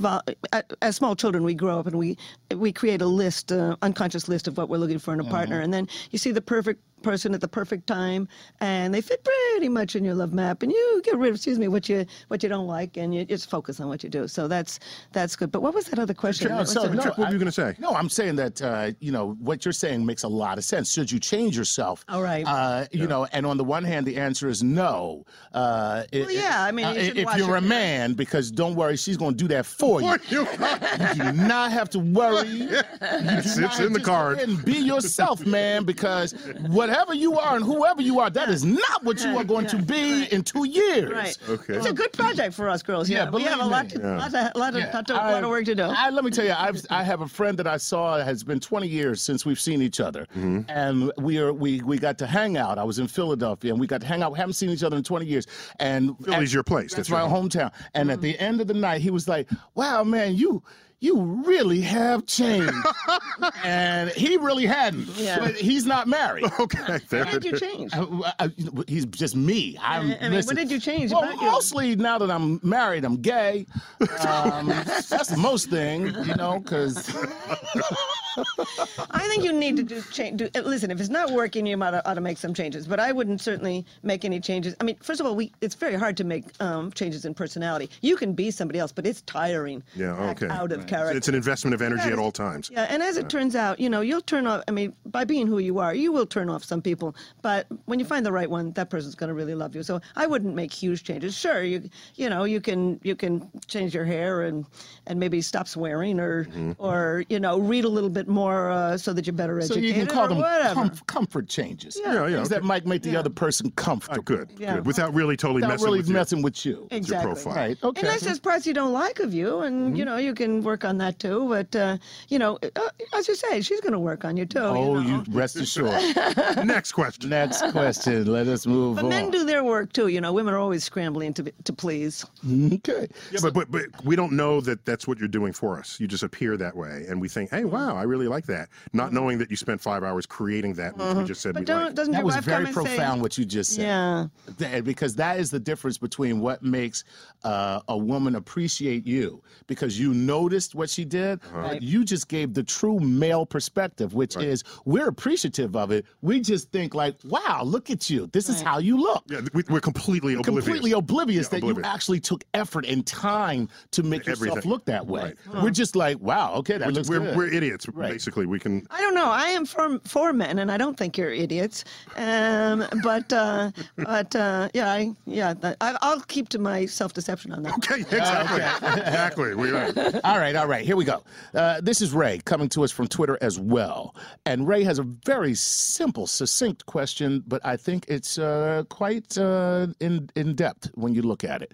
As small children, we grow up and we we create a list, uh, unconscious list of what we're looking for in a Mm-hmm. partner. And then you see the perfect person at the perfect time and they fit pretty much in your love map and you get rid of excuse me what you what you don't like and you just focus on what you do so that's that's good but what was that other question What was so it? no, Chuck, what were you I- gonna say? No, I'm saying that uh, you know what you're saying makes a lot of sense. Should you change yourself? All right. Uh, you know, and on the one hand, the answer is no. Uh, it- Well, yeah, I mean, uh, you should if watch you're your- a man, because don't worry, she's going to do that for you. For you. You do not have to worry. You do It's- not it's in the just card. go ahead And be yourself, man, because whatever you are and whoever you are, that is not what you are going to be in two years. Right. Okay. It's a good project for us girls. Yeah, Yeah, we have a believe lot me. to, lot to, lot to, lot to, I- lot of work to do. I, let me tell you, I've, I have a friend that I saw it has been 20 years since we've seen each other, Mm-hmm. and we are we we got to hang out. I was in Philadelphia, and we got to hang out. We haven't seen each other in 20 years, and Philly's at- your place. That's That's your Mm-hmm. my hometown. And at the end of the night, he was like, "Wow, man, you." you really have <laughs> changed. and he really hadn't. Yeah. But he's not married. <laughs> Okay, there How it did you is. <laughs> change? I- I- I- Uh, he's just me. I'm, I- I mean, listen- what did you change Well, about your- mostly now that I'm married, I'm gay. <laughs> Um, that's the most thing, you know, because I think you need to do change. Do, uh, listen, if it's not working, you might ought to make some changes. But I wouldn't certainly make any changes. I mean, first of all, we it's very hard to make um, changes in personality. You can be somebody else, but it's tiring. Yeah, to act okay. Out of character. It's an investment of energy at all times. Yeah, and as it turns out, you know, you'll turn off. I mean, by being who you are, you will turn off some people. But when you find the right one, that person's going to really love you. So I wouldn't make huge changes. Sure, you you know you can you can change your hair and and maybe stop swearing or Mm-hmm. or you know read a little bit more uh, so that you're better so educated you can call or them whatever. comf- comfort changes. Yeah, yeah, Things that might make the other person comfortable. Good, Yeah. good. Without really totally Not messing really with you. messing with you. exactly. profile. Right. Okay. Mm-hmm. Unless there's parts you don't like of you, and you know you can work on that too. But uh, you know, uh, as you say, she's going to work on you too. oh, know. you rest assured. Next question. Next question. Let us move But on. men do their work too. You know, women are always scrambling to be, to please. okay. Yeah, but, but but we don't know that that's what you're doing for us. You just appear that way, and we think, "Hey, wow, I really like that," not knowing that you spent five hours creating that, which we just said But we don't liked. doesn't That your was wife very come and say- profound what you just said. Yeah. Th- because that is the difference between what makes uh, a woman appreciate you because you noticed what she did Uh-huh. but you just gave the true male perspective which is we're appreciative of it we just think like wow look at you this is how you look Yeah, we, we're completely oblivious. completely oblivious Yeah, that oblivious. you actually took effort and time to make yourself Everything. look that way we're just like wow okay that looks we're, good we're idiots, Right. basically. We can. <laughs> I don't know. I am for for men, and I don't think you're idiots. Um, but uh, but uh, yeah, I, yeah, that, I, I'll keep to my self deception on that. one. Okay, exactly, exactly. We are. <laughs> all right, all right, here we go. Uh, this is Ray coming to us from Twitter as well. And Ray has a very simple, succinct question, but I think it's uh, quite uh, in, in depth when you look at it.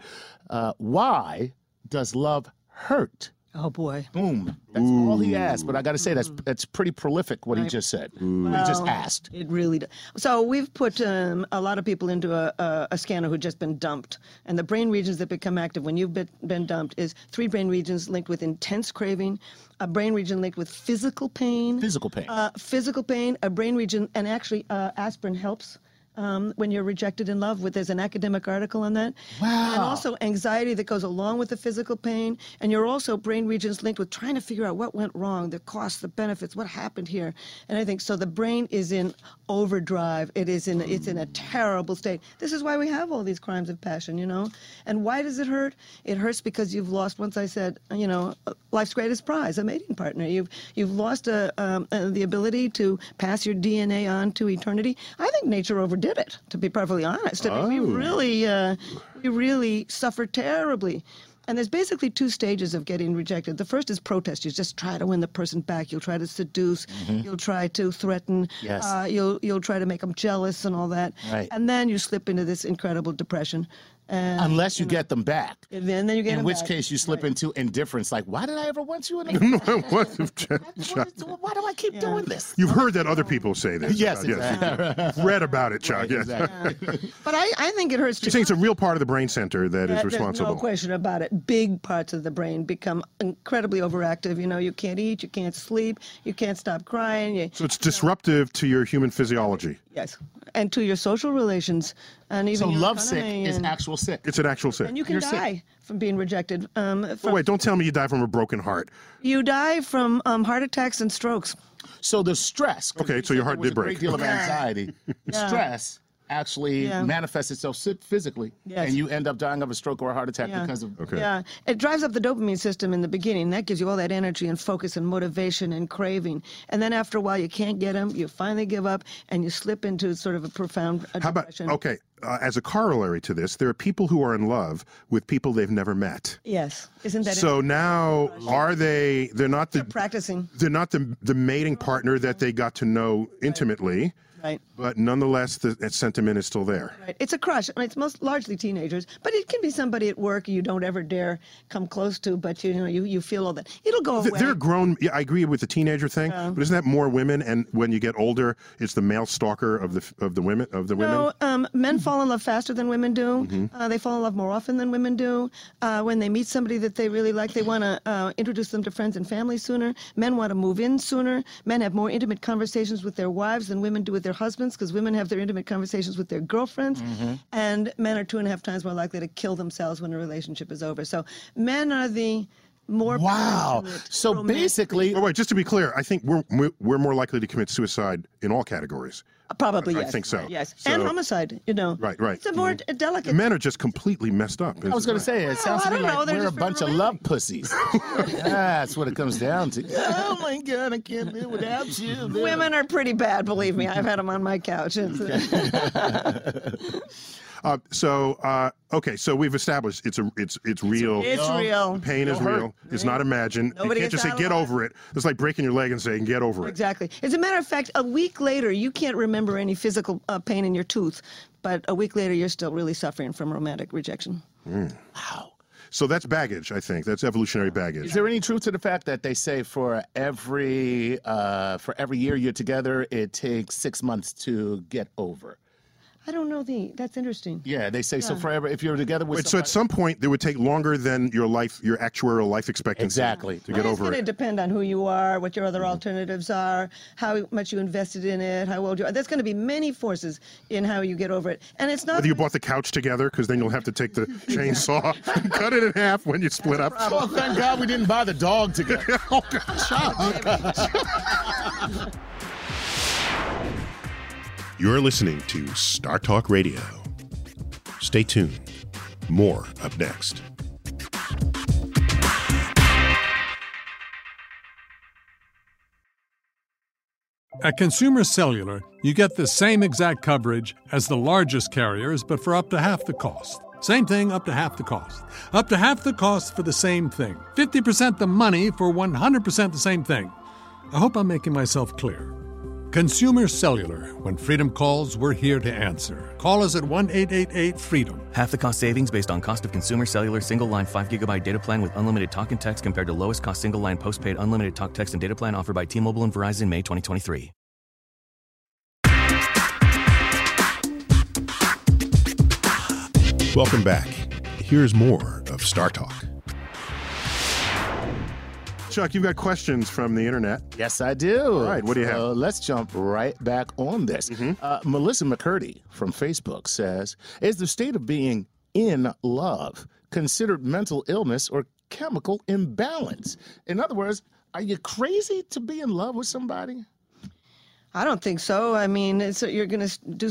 Uh, why does love hurt? Oh boy. Boom. That's all he asked, but I got to say, that's, that's pretty prolific what he just said. What he just Well, asked. It really does. So we've put um, a lot of people into a, a, a scanner who've just been dumped, and the brain regions that become active when you've been, been dumped is three brain regions linked with intense craving, a brain region linked with physical pain, Physical pain. uh, physical pain, a brain region, and actually uh, aspirin helps. Um, when you're rejected in love, with there's an academic article on that, and Wow. also anxiety that goes along with the physical pain, and you're also brain regions linked with trying to figure out what went wrong, the costs, the benefits, what happened here, and I think so. The brain is in overdrive. It is in it's in a terrible state. This is why we have all these crimes of passion, you know. And why does it hurt? It hurts because you've lost. Once I said, you know, uh, life's greatest prize, a mating partner. You've you've lost a, um, uh, the ability to pass your DNA on to eternity. I think nature overdid it. To be perfectly honest, I Oh. mean, we really uh, we really suffer terribly. And there's basically two stages of getting rejected. The first is protest. You just try to win the person back. You'll try to seduce. You'll try to threaten. Mm-hmm. Yes. Uh, you'll you'll try to make them jealous and all that. Right. And then you slip into this incredible depression. And, Unless you get them back. and then, then you get In 'em which back. case you slip into indifference, like, why did I ever want <laughs> you in the What if- What is- why do I keep doing this? You've heard that other people say this. Yes, about- yes. Read about it, Chuck. yes. <laughs> But I, I think it hurts. You're to saying it's a real part of the brain center that is Uh, responsible. There's no question about it. Big parts of the brain become incredibly overactive. You know, you can't eat, you can't sleep, you can't stop crying. You, so it's disruptive to your human physiology. yes, and to your social relations, and even So your love sick economy is and, actual sick. It's an actual sick. and you can you're sick. die from being rejected. Um, Oh, from, wait, don't tell me you die from a broken heart. you die from um, heart attacks and strokes. So the stress. 'cause Okay, you so said your there heart was did a break. Great <laughs> deal of anxiety. The Stress actually Yeah. manifests itself si- physically, Yes. and you end up dying of a stroke or a heart attack because of. Okay. Yeah, it drives up the dopamine system in the beginning. That gives you all that energy and focus and motivation and craving. And then after a while, you can't get them. You finally give up, and you slip into sort of a profound uh, How about, depression. okay, uh, as a corollary to this, there are people who are in love with people they've never met. Yes, isn't that So now, are they, they're not the, practicing? they're not the, the mating partner that they got to know intimately. Right. But nonetheless, the that sentiment is still there. Right. It's a crush. I mean, it's most largely teenagers, but it can be somebody at work you don't ever dare come close to, but you, know you, you feel all that. It'll go Th- away. They're grown. Yeah, I agree with the teenager thing, but isn't that more women? And when you get older, it's the male stalker of the f- of the women of the women. Mm-hmm. No, um, men fall in love faster than women do. Uh, they fall in love more often than women do. Uh, when they meet somebody that they really like, they want to uh, introduce them to friends and family sooner. Men want to move in sooner. Men have more intimate conversations with their wives than women do with their husbands because women have their intimate conversations with their girlfriends. Mm-hmm. And men are two and a half times more likely to kill themselves when a relationship is over. So men are the more Wow. passionate, So romantic- basically, But Oh, wait, just to be clear, I think we're we're- we're more likely to commit suicide in all categories. probably I yes. think so. Yes, So- and homicide. You know, Right, right. Mm-hmm. It's a more d- delicate. Men are just completely messed up. I was going to say, it sounds to I me don't like know, they're we're a just bunch of really- love <laughs> pussies. That's what it comes down to. <laughs> Oh my God, I can't live without you. Women are pretty bad, believe me. I've had them on my couch. It's, Uh, so uh, okay, so we've established it's a it's it's real. it's real. Pain is real. It's not imagined. Nobody you can't just gets say out get alive." over it. It's like breaking your leg and saying get over it. Exactly. As a matter of fact, a week later, you can't remember any physical uh, pain in your tooth, but a week later, you're still really suffering from romantic rejection. So that's baggage. I think that's evolutionary baggage. Is there any truth to the fact that they say for every uh, for every year you're together, it takes six months to get over? I don't know the. That's interesting. Yeah, they say so. Forever, if you're together with Wait, so at somebody- some point, it would take longer than your life, your actuarial life expectancy, Exactly. to get it's over going to it. depend on who you are, what your other alternatives are, how much you invested in it, how old you are. There's going to be many forces in how you get over it, and it's not. Whether you bought the couch together, because then you'll have to take <laughs> the chainsaw and cut it in half when you split up. well, thank God we didn't buy the dog together. <laughs> Oh, God. You're listening to Star Talk Radio. Stay tuned. More up next. At Consumer Cellular, you get the same exact coverage as the largest carriers, but for up to half the cost. Same thing, up to half the cost. Up to half the cost for the same thing. 50% the money for 100% the same thing. I hope I'm making myself clear. Consumer Cellular. When freedom calls, we're here to answer. Call us at 1 888 freedom. Half the cost savings based on cost of consumer cellular single line 5 gigabyte data plan with unlimited talk and text compared to lowest cost single line postpaid unlimited talk text and data plan offered by T-Mobile and Verizon May 2023. Welcome back. Here's more of Star Talk. Chuck, you've got questions from the internet. Yes, I do. All right, what do you have? Mm-hmm. let's jump right back on this. Uh, Melissa McCurdy from Facebook says Is the state of being in love considered mental illness or chemical imbalance? In other words, are you crazy to be in love with somebody? I don't think so. I mean, it's you're going to do.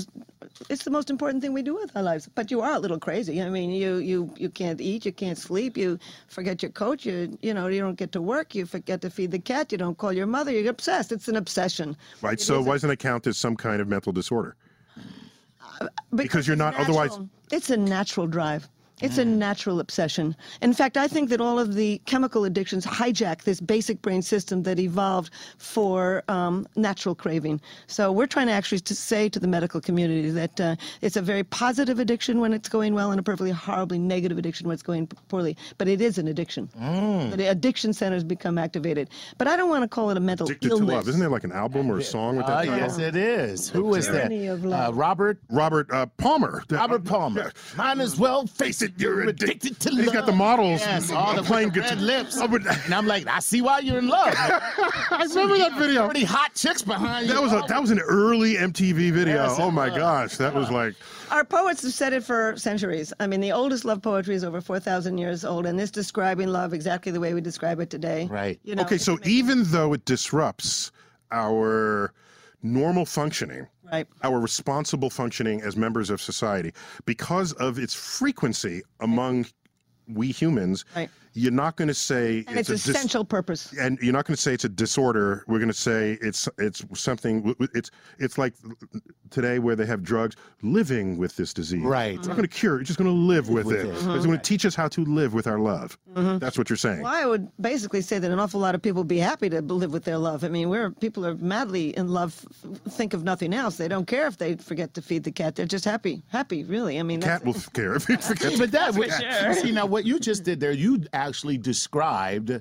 It's the most important thing we do with our lives. But you are a little crazy. I mean, you you you can't eat, you can't sleep, you forget your coat, you you know you don't get to work, you forget to feed the cat, you don't call your mother. You're obsessed. It's an obsession. Right. so why doesn't it count as some kind of mental disorder? Because you're it's not- otherwise- natural. It's a natural drive. It's a natural obsession. In fact, I think that all of the chemical addictions hijack this basic brain system that evolved for um, natural craving. So we're trying to actually to say to the medical community that uh, it's a very positive addiction when it's going well and a perfectly horribly negative addiction when it's going poorly. But it is an addiction. Mm. The addiction centers become activated. But I don't want to call it a mental Addicted illness. to love. Isn't there like an album or a song with that? Ah, title? yes, it is. Who is that? Tyranny of love. Uh, Robert. Robert uh, Palmer. The- <laughs> Robert Palmer. Might as well face it. You're addicted to love. He's got the models Yes, Oh, m- all the, playing with the red guitar. Oh, lips. I would- and I'm like, I see why you're in love. I remember that video. Pretty hot chicks behind you. That was a, that was an early MTV video. Yes, it oh my was. gosh, that was like Our poets have said it for centuries. I mean, the oldest love poetry is over 4,000 years old, and it's describing love exactly the way we describe it today. Right. You know, okay. So even though it disrupts our normal functioning, Right. our responsible functioning as members of society, because of its frequency among we humans, Right. You're not going to say And it's, a dis- essential purpose. and you're not going to say it's a disorder. We're going to say it's it's something. w- w- It's it's like today where they have drugs. Living with this disease, Right. It's not going to cure. it, It's just going to live with, with it. it. It's going to teach us how to live with our love. Mm-hmm. That's what you're saying. Well, I would basically say that an awful lot of people would be happy to live with their love. I mean, we're people are madly in love, f- think of nothing else. They don't care if they forget to feed the cat. They're just happy, happy, really. I mean, that's Cat will care if it forgets. But that was see now what you just did there. You actually described uh,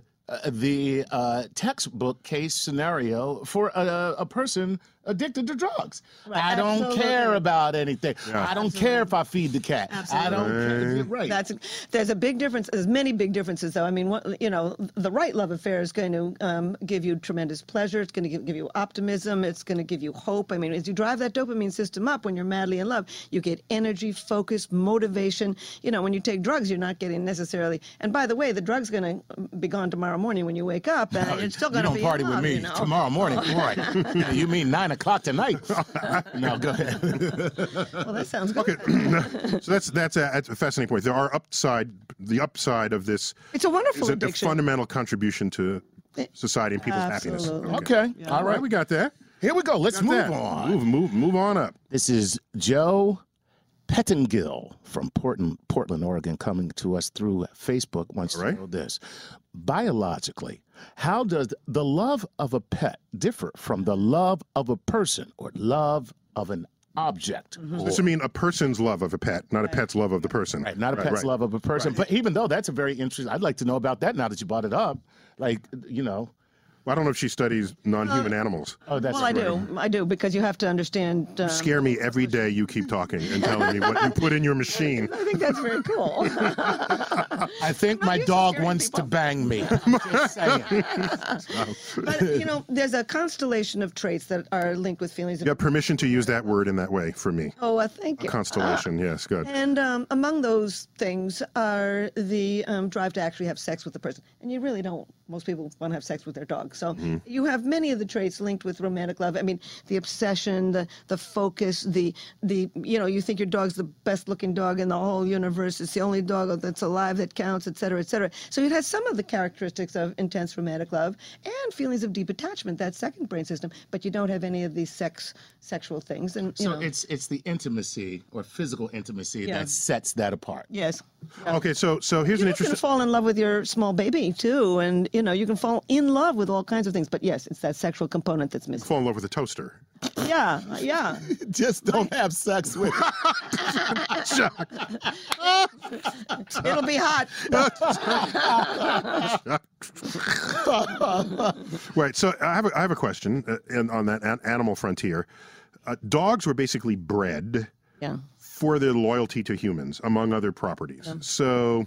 the uh, textbook case scenario for a, a person addicted to drugs. I don't Absolutely. care about anything. I don't care if I feed the cat. I don't care. Right. That's there's a big difference. There's many big differences, though. I mean, what, you know, the right love affair is going to um, give you tremendous pleasure. It's going to give, give you optimism. It's going to give you hope. I mean, as you drive that dopamine system up when you're madly in love, you get energy, focus, motivation. You know, when you take drugs, you're not getting necessarily. And by the way, the drug's going to be gone tomorrow morning when you wake up, and it's still you going to don't be in party with love, me you know? tomorrow morning. Right. you mean nine o'clock tonight? no, go <laughs> ahead. Well, that sounds good. Okay, <clears throat> so that's that's a, that's a fascinating point. There are upside the upside of this It's a wonderful is a, a addiction. fundamental contribution to society and people's Eh, Absolutely. happiness. Okay. All all right, right. we got that. Here we go. Let's Got move that. on. Move move move on up. This is Joe Pettingill from Portland, Portland, Oregon, coming to us through Facebook. Wants All right. to know this: biologically, how does the love of a pet differ from the love of a person or love of an object? Or- This would mean a person's love of a pet, not a pet's love of the person. Right, not a pet's right. love of a person, but even though that's a very interesting, I'd like to know about that now that you brought it up. Like, you know, Well, I don't know if she studies non-human animals. oh, that's Well, I do. I do because you have to understand. Um, Scare me every day you keep talking and telling me what you put in your machine. I think that's very <laughs> cool. I think I'm not my used to dog scaring wants people. to bang <laughs> me. I'm just saying. but you know, there's a constellation of traits that are linked with feelings. Of, You have permission to use that word in that way for me. Oh, I thank you. Constellation, yes, good. And um, among those things are the um, drive to actually have sex with the person. And you really don't, most people want to have sex with their dog. So you have many of the traits linked with romantic love. I mean, the obsession, the, the focus, the, the, you know, you think your dog's the best looking dog in the whole universe. It's the only dog that's alive that counts, et cetera, et cetera. So it has some of the characteristics of intense romantic love and feelings of deep attachment, that second brain system, but you don't have any of these sex, sexual things. And, you So know, it's it's the intimacy or physical intimacy Yeah. that sets that apart. yes. Okay, so so here's an You can interesting. fall in love with your small baby too, and you know you can fall in love with all kinds of things. But yes, it's that sexual component that's missing. Fall in love with a <laughs> toaster. Yeah, yeah. Just don't have sex <laughs> with. It'll be <laughs> hot. Right. So I have a, I have a question uh, in, on that an- animal frontier. Uh, dogs were basically bred Yeah. for their loyalty to humans, among other properties. So,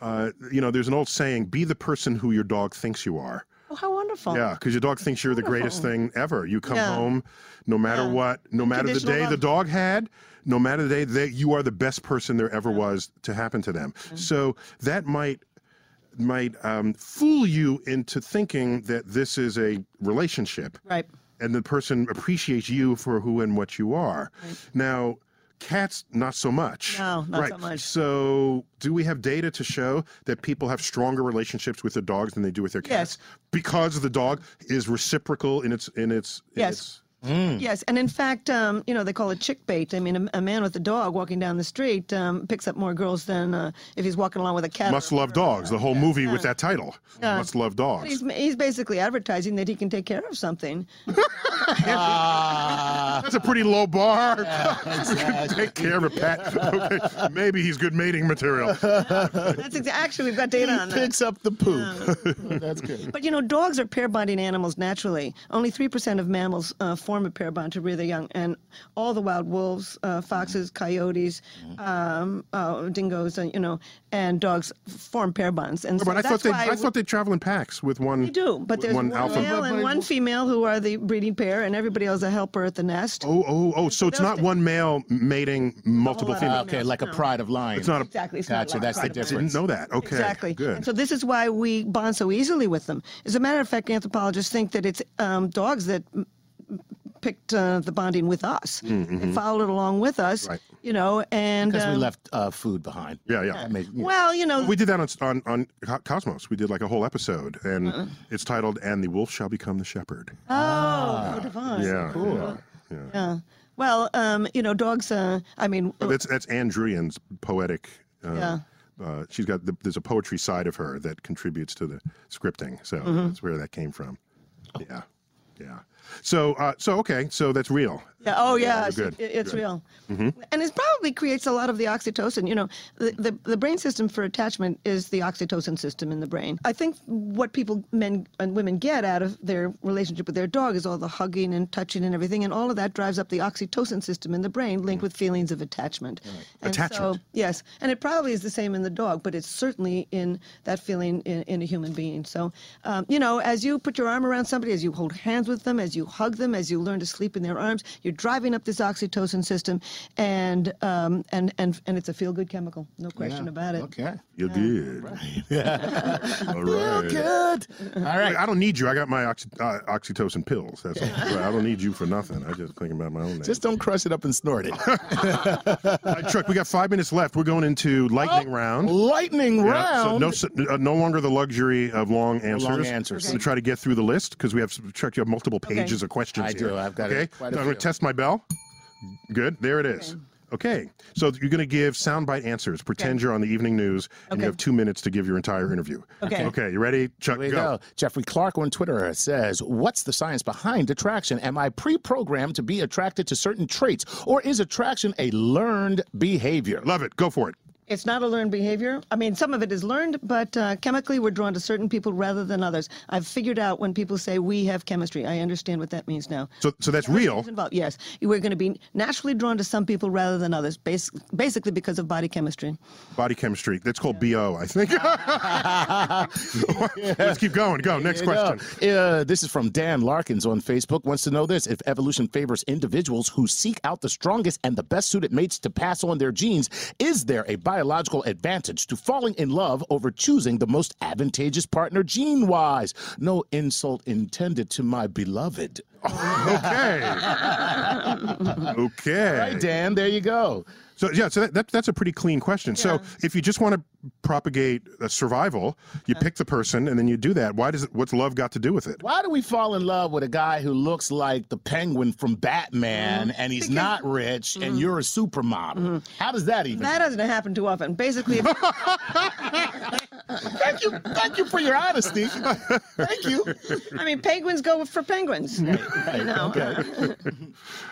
uh, you know, there's an old saying: "Be the person who your dog thinks you are." Oh, how wonderful. Yeah, because your dog thinks you're the greatest thing ever. You come Yeah. home, no matter what, no matter the Unconditional day the love. dog had, no matter the day that you are the best person there ever was to happen to them. So that might might um, fool you into thinking that this is a relationship Right. and the person appreciates you for who and what you are. Now, cats, not so much. No, not right. so much. So, do we have data to show that people have stronger relationships with their dogs than they do with their cats Yes. because the dog is reciprocal in its in its in Yes. its- Hmm. Yes, and in fact, um, you know they call it chick bait. I mean, a, a man with a dog walking down the street um, picks up more girls than uh, if he's walking along with a cat. or must love dogs. The whole movie with that title, must love dogs. He's, he's basically advertising that he can take care <laughs> of something. Ah, That's a pretty low bar. <laughs> exactly. Take care of a pet. <laughs> Okay. Maybe he's good mating <laughs> material. That's exa- actually we've got data on that. picks up the poop. <laughs> That's good. But you know, dogs are pair bonding animals naturally. Only 3% of mammals uh, form a pair bond to rear their young, and all the wild wolves, uh, foxes, coyotes, Mm. um, uh, dingoes, and you know, and dogs f- form pair bonds. And so But I that's thought they why I we- thought they travel in packs with one. they do. But there's one one, alpha- male and one female who are the breeding pair, and everybody else a helper at the nest. Oh, oh, oh! So it's those not da- one male mating multiple whole lot females. of Ah, Okay, like a pride of lions. It's not a. Exactly. It's not Gotcha. like That's the pride of Didn't lions. difference. know that. Okay. Exactly. Good. And so this is why we bond so easily with them. As a matter of fact, anthropologists think that it's um, dogs that mm, picked uh, the bonding with us Mhm. and followed it along with us, Right. you know, and Because we um, left uh, food behind. Yeah, yeah. That made- well, you know, oh, We did that on on, on Co- Cosmos. We did like a whole episode, and Uh-huh. it's titled "And the Wolf Shall Become the Shepherd." oh, how divine. Ah. yeah, cool. yeah, yeah. Yeah. Well, um, you know, dogs. Uh, I mean, But That's that's Anne Druyan's poetic. Uh, Yeah. Uh, she's got the, there's a poetry side of her that contributes to the scripting, so Mm-hmm. that's where that came from. Yeah, yeah. So uh, so okay, so that's real. Yeah. Oh, yeah. you're it's- good. Mm-hmm. it- it's real, and it probably creates a lot of the oxytocin. You know, the, the the brain system for attachment is the oxytocin system in the brain. I think what people, men and women, get out of their relationship with their dog is all the hugging and touching and everything, and all of that drives up the oxytocin system in the brain, linked with feelings of attachment. And Mm. Attachment. So, yes, and it probably is the same in the dog, but it's certainly in that feeling in, in a human being. So, um, you know, as you put your arm around somebody, as you hold hands with them, as you hug them, as you learn to sleep in their arms, you're driving up this oxytocin system, and um, and and and it's a feel-good chemical, no question about it. Okay. You're good. <laughs> All Feel right. good. <laughs> All right. I don't need you. I got my oxy, uh, oxytocin pills. That's all. Right, I don't need you for nothing. I just thinking about my own. Just don't crush it up <laughs> and snort it. All right, Chuck, we got five minutes left. We're going into lightning round. Lightning Yeah, so round. no, so uh, no longer the luxury of long answers. answers. I'm going to try to get through the list because we have Chuck. You have multiple pages of questions. I do. here. I've got okay. quite a So I'm going few. to test my bell. Good. There it is. Okay. So you're going to give soundbite answers. Pretend you're on the evening news, and you Okay. have two minutes to give your entire interview. Okay. Okay. You ready, Chuck? There we go. Jeffrey Clark on Twitter says, What's the science behind attraction? Am I pre programmed to be attracted to certain traits, or is attraction a learned <laughs> behavior? <laughs> Love it. Go for it. It's not a learned behavior. I mean, some of it is learned, but uh, chemically, we're drawn to certain people rather than others. I've figured out when people say we have chemistry, I understand what that means now. So, so that's real. It's involved. Yes, You we're going to be naturally drawn to some people rather than others, bas- basically because of body chemistry. Body chemistry. That's called BO, I <laughs> think. <laughs> Let's keep going. Go. Next There you go. question. Uh, this is from Dan Larkins on Facebook. Wants to know this: If evolution favors individuals who seek out the strongest and the best suited mates to pass on their genes, is there a biological advantage to falling in love over choosing the most advantageous partner gene-wise? No insult intended to my beloved. <laughs> Okay. okay. All right, Dan, there you go. So yeah, so that, that that's a pretty clean question. So if you just want to propagate uh survival, you pick the person and then you do that. Why does it, what's love got to do with it? Why do we fall in love with a guy who looks like the penguin from Batman and he's not rich and you're a supermodel? How does that even That doesn't happen too often. Basically, if, Thank you. Thank you for your honesty. Thank you. I mean, penguins go for penguins. <laughs> Right, <laughs> okay.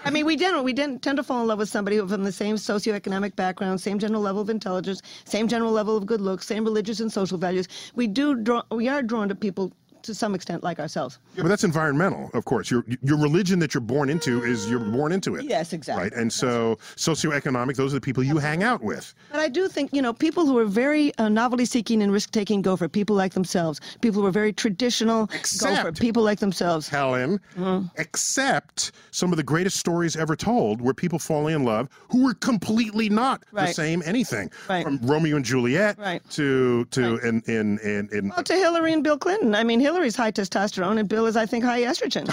I mean, we didn't. We didn't tend to fall in love with somebody from the same socioeconomic background, same general level of intelligence, same general level of good looks, same religious and social values. We do draw. We are drawn to people to some extent like ourselves. Yeah, but that's environmental, of course. Your your religion that you're born into is you're born into it. Yes, exactly. Right, and so socioeconomic, those are the people you hang out with. But I do think, you know, people who are very uh, novelty seeking and risk taking go for people like themselves. People who are very traditional go for Except- people like themselves. Helen, Uh-huh. except some of the greatest stories ever told where people fall in love who were completely not the Right. same anything. Right. From Romeo and Juliet Right. to to in in in, in Well, to Hillary and Bill Clinton. I mean, Hillary's high testosterone and Bill is, I think, <laughs> high estrogen.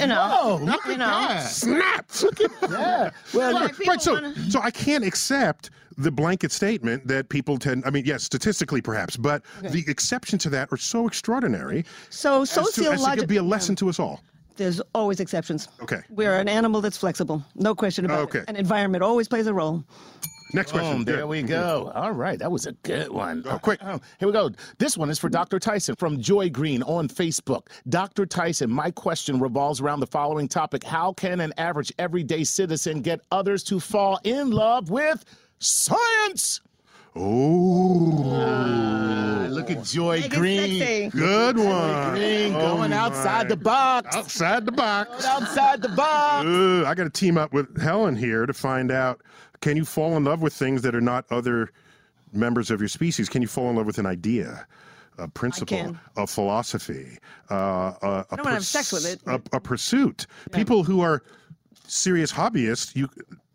you know, you know. Oh snap. Yeah. Ah, Well, Well, look, if right, so people wanna- so I can't accept the blanket statement that people tend. I mean, yes, statistically perhaps, but the exceptions to that are so extraordinary. So as to- as it could be sociologically, a lesson to us all. there's always exceptions. Okay. We're an animal that's flexible, no question about Okay. it. And environment always plays a role. Next Oh, question. boom, there Good. we go. All right, that was a good one. Oh, quick. here we go. This one is for Dr. Tyson from Joy Green on Facebook. Dr. Tyson, my question revolves around the following topic How can an average everyday citizen get others to fall in love with science? Oh, Ah, Look at Joy Make it Green. sexy. good one. Green Oh, going outside my. the box. Outside the <laughs> box. Outside the box. Ooh, I got to team up with Helen here to find out can you fall in love with things that are not other members of your species? Can you fall in love with an idea? A principle, can. a philosophy, uh, a, a, don't wanna have sex with it. a, a pursuit. People who are serious hobbyists, you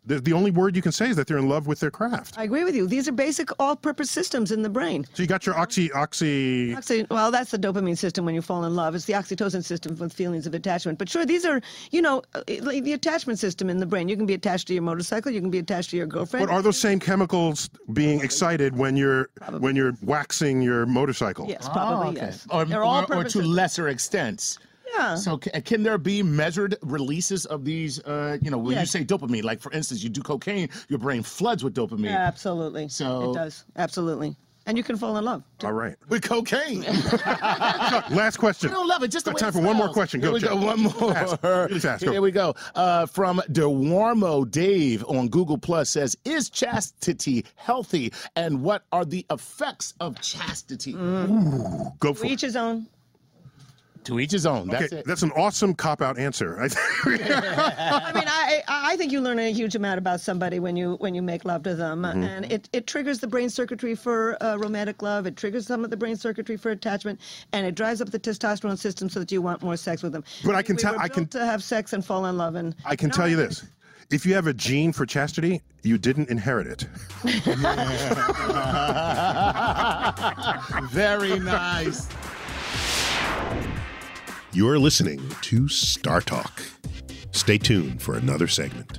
The, the only word you can say is that they're in love with their craft. I agree with you. These are basic all-purpose systems in the brain. So you got your oxy oxy. Oxy- well, that's the dopamine system when you fall in love. It's the oxytocin system with feelings of attachment. But sure, these are, you know, uh, like the attachment system in the brain. You can be attached to your motorcycle. You can be attached to your girlfriend. But are those same chemicals being excited when you're when you're waxing your motorcycle? yes, probably Ah, okay. yes. Or, They're or- all or purpose to lesser extents. Yeah. So can, can there be measured releases of these? Uh, you know, when you Yes. say dopamine, like for instance, you do cocaine, your brain floods with dopamine Yeah, absolutely. So- it does absolutely, and you can fall in love. All right. with <laughs> cocaine. Chuck, last question. I don't love it. Just the Got way time it for one more smells. question. Here Go, we Chuck. go. One <laughs> Fast. more. Really fast. Go. Here we go. Uh, from DeWarmo Dave on Google Plus says, "Is chastity healthy, and what are the effects of chastity?" Go for Each it. his own. To each his own. That's okay, it. <laughs> that's an awesome cop out answer. <laughs> I think- I mean, I, I I think you learn a huge amount about somebody when you when you make love to them, Mm-hmm. and it, it triggers the brain circuitry for uh, romantic love. It triggers some of the brain circuitry for attachment, and it drives up the testosterone system so that you want more sex with them. But I can We tell- were I can- built to have sex and fall in love, and I can tell you this. If you have a gene for chastity, you didn't inherit it. Very nice. You're listening to Star Talk. Stay tuned for another segment.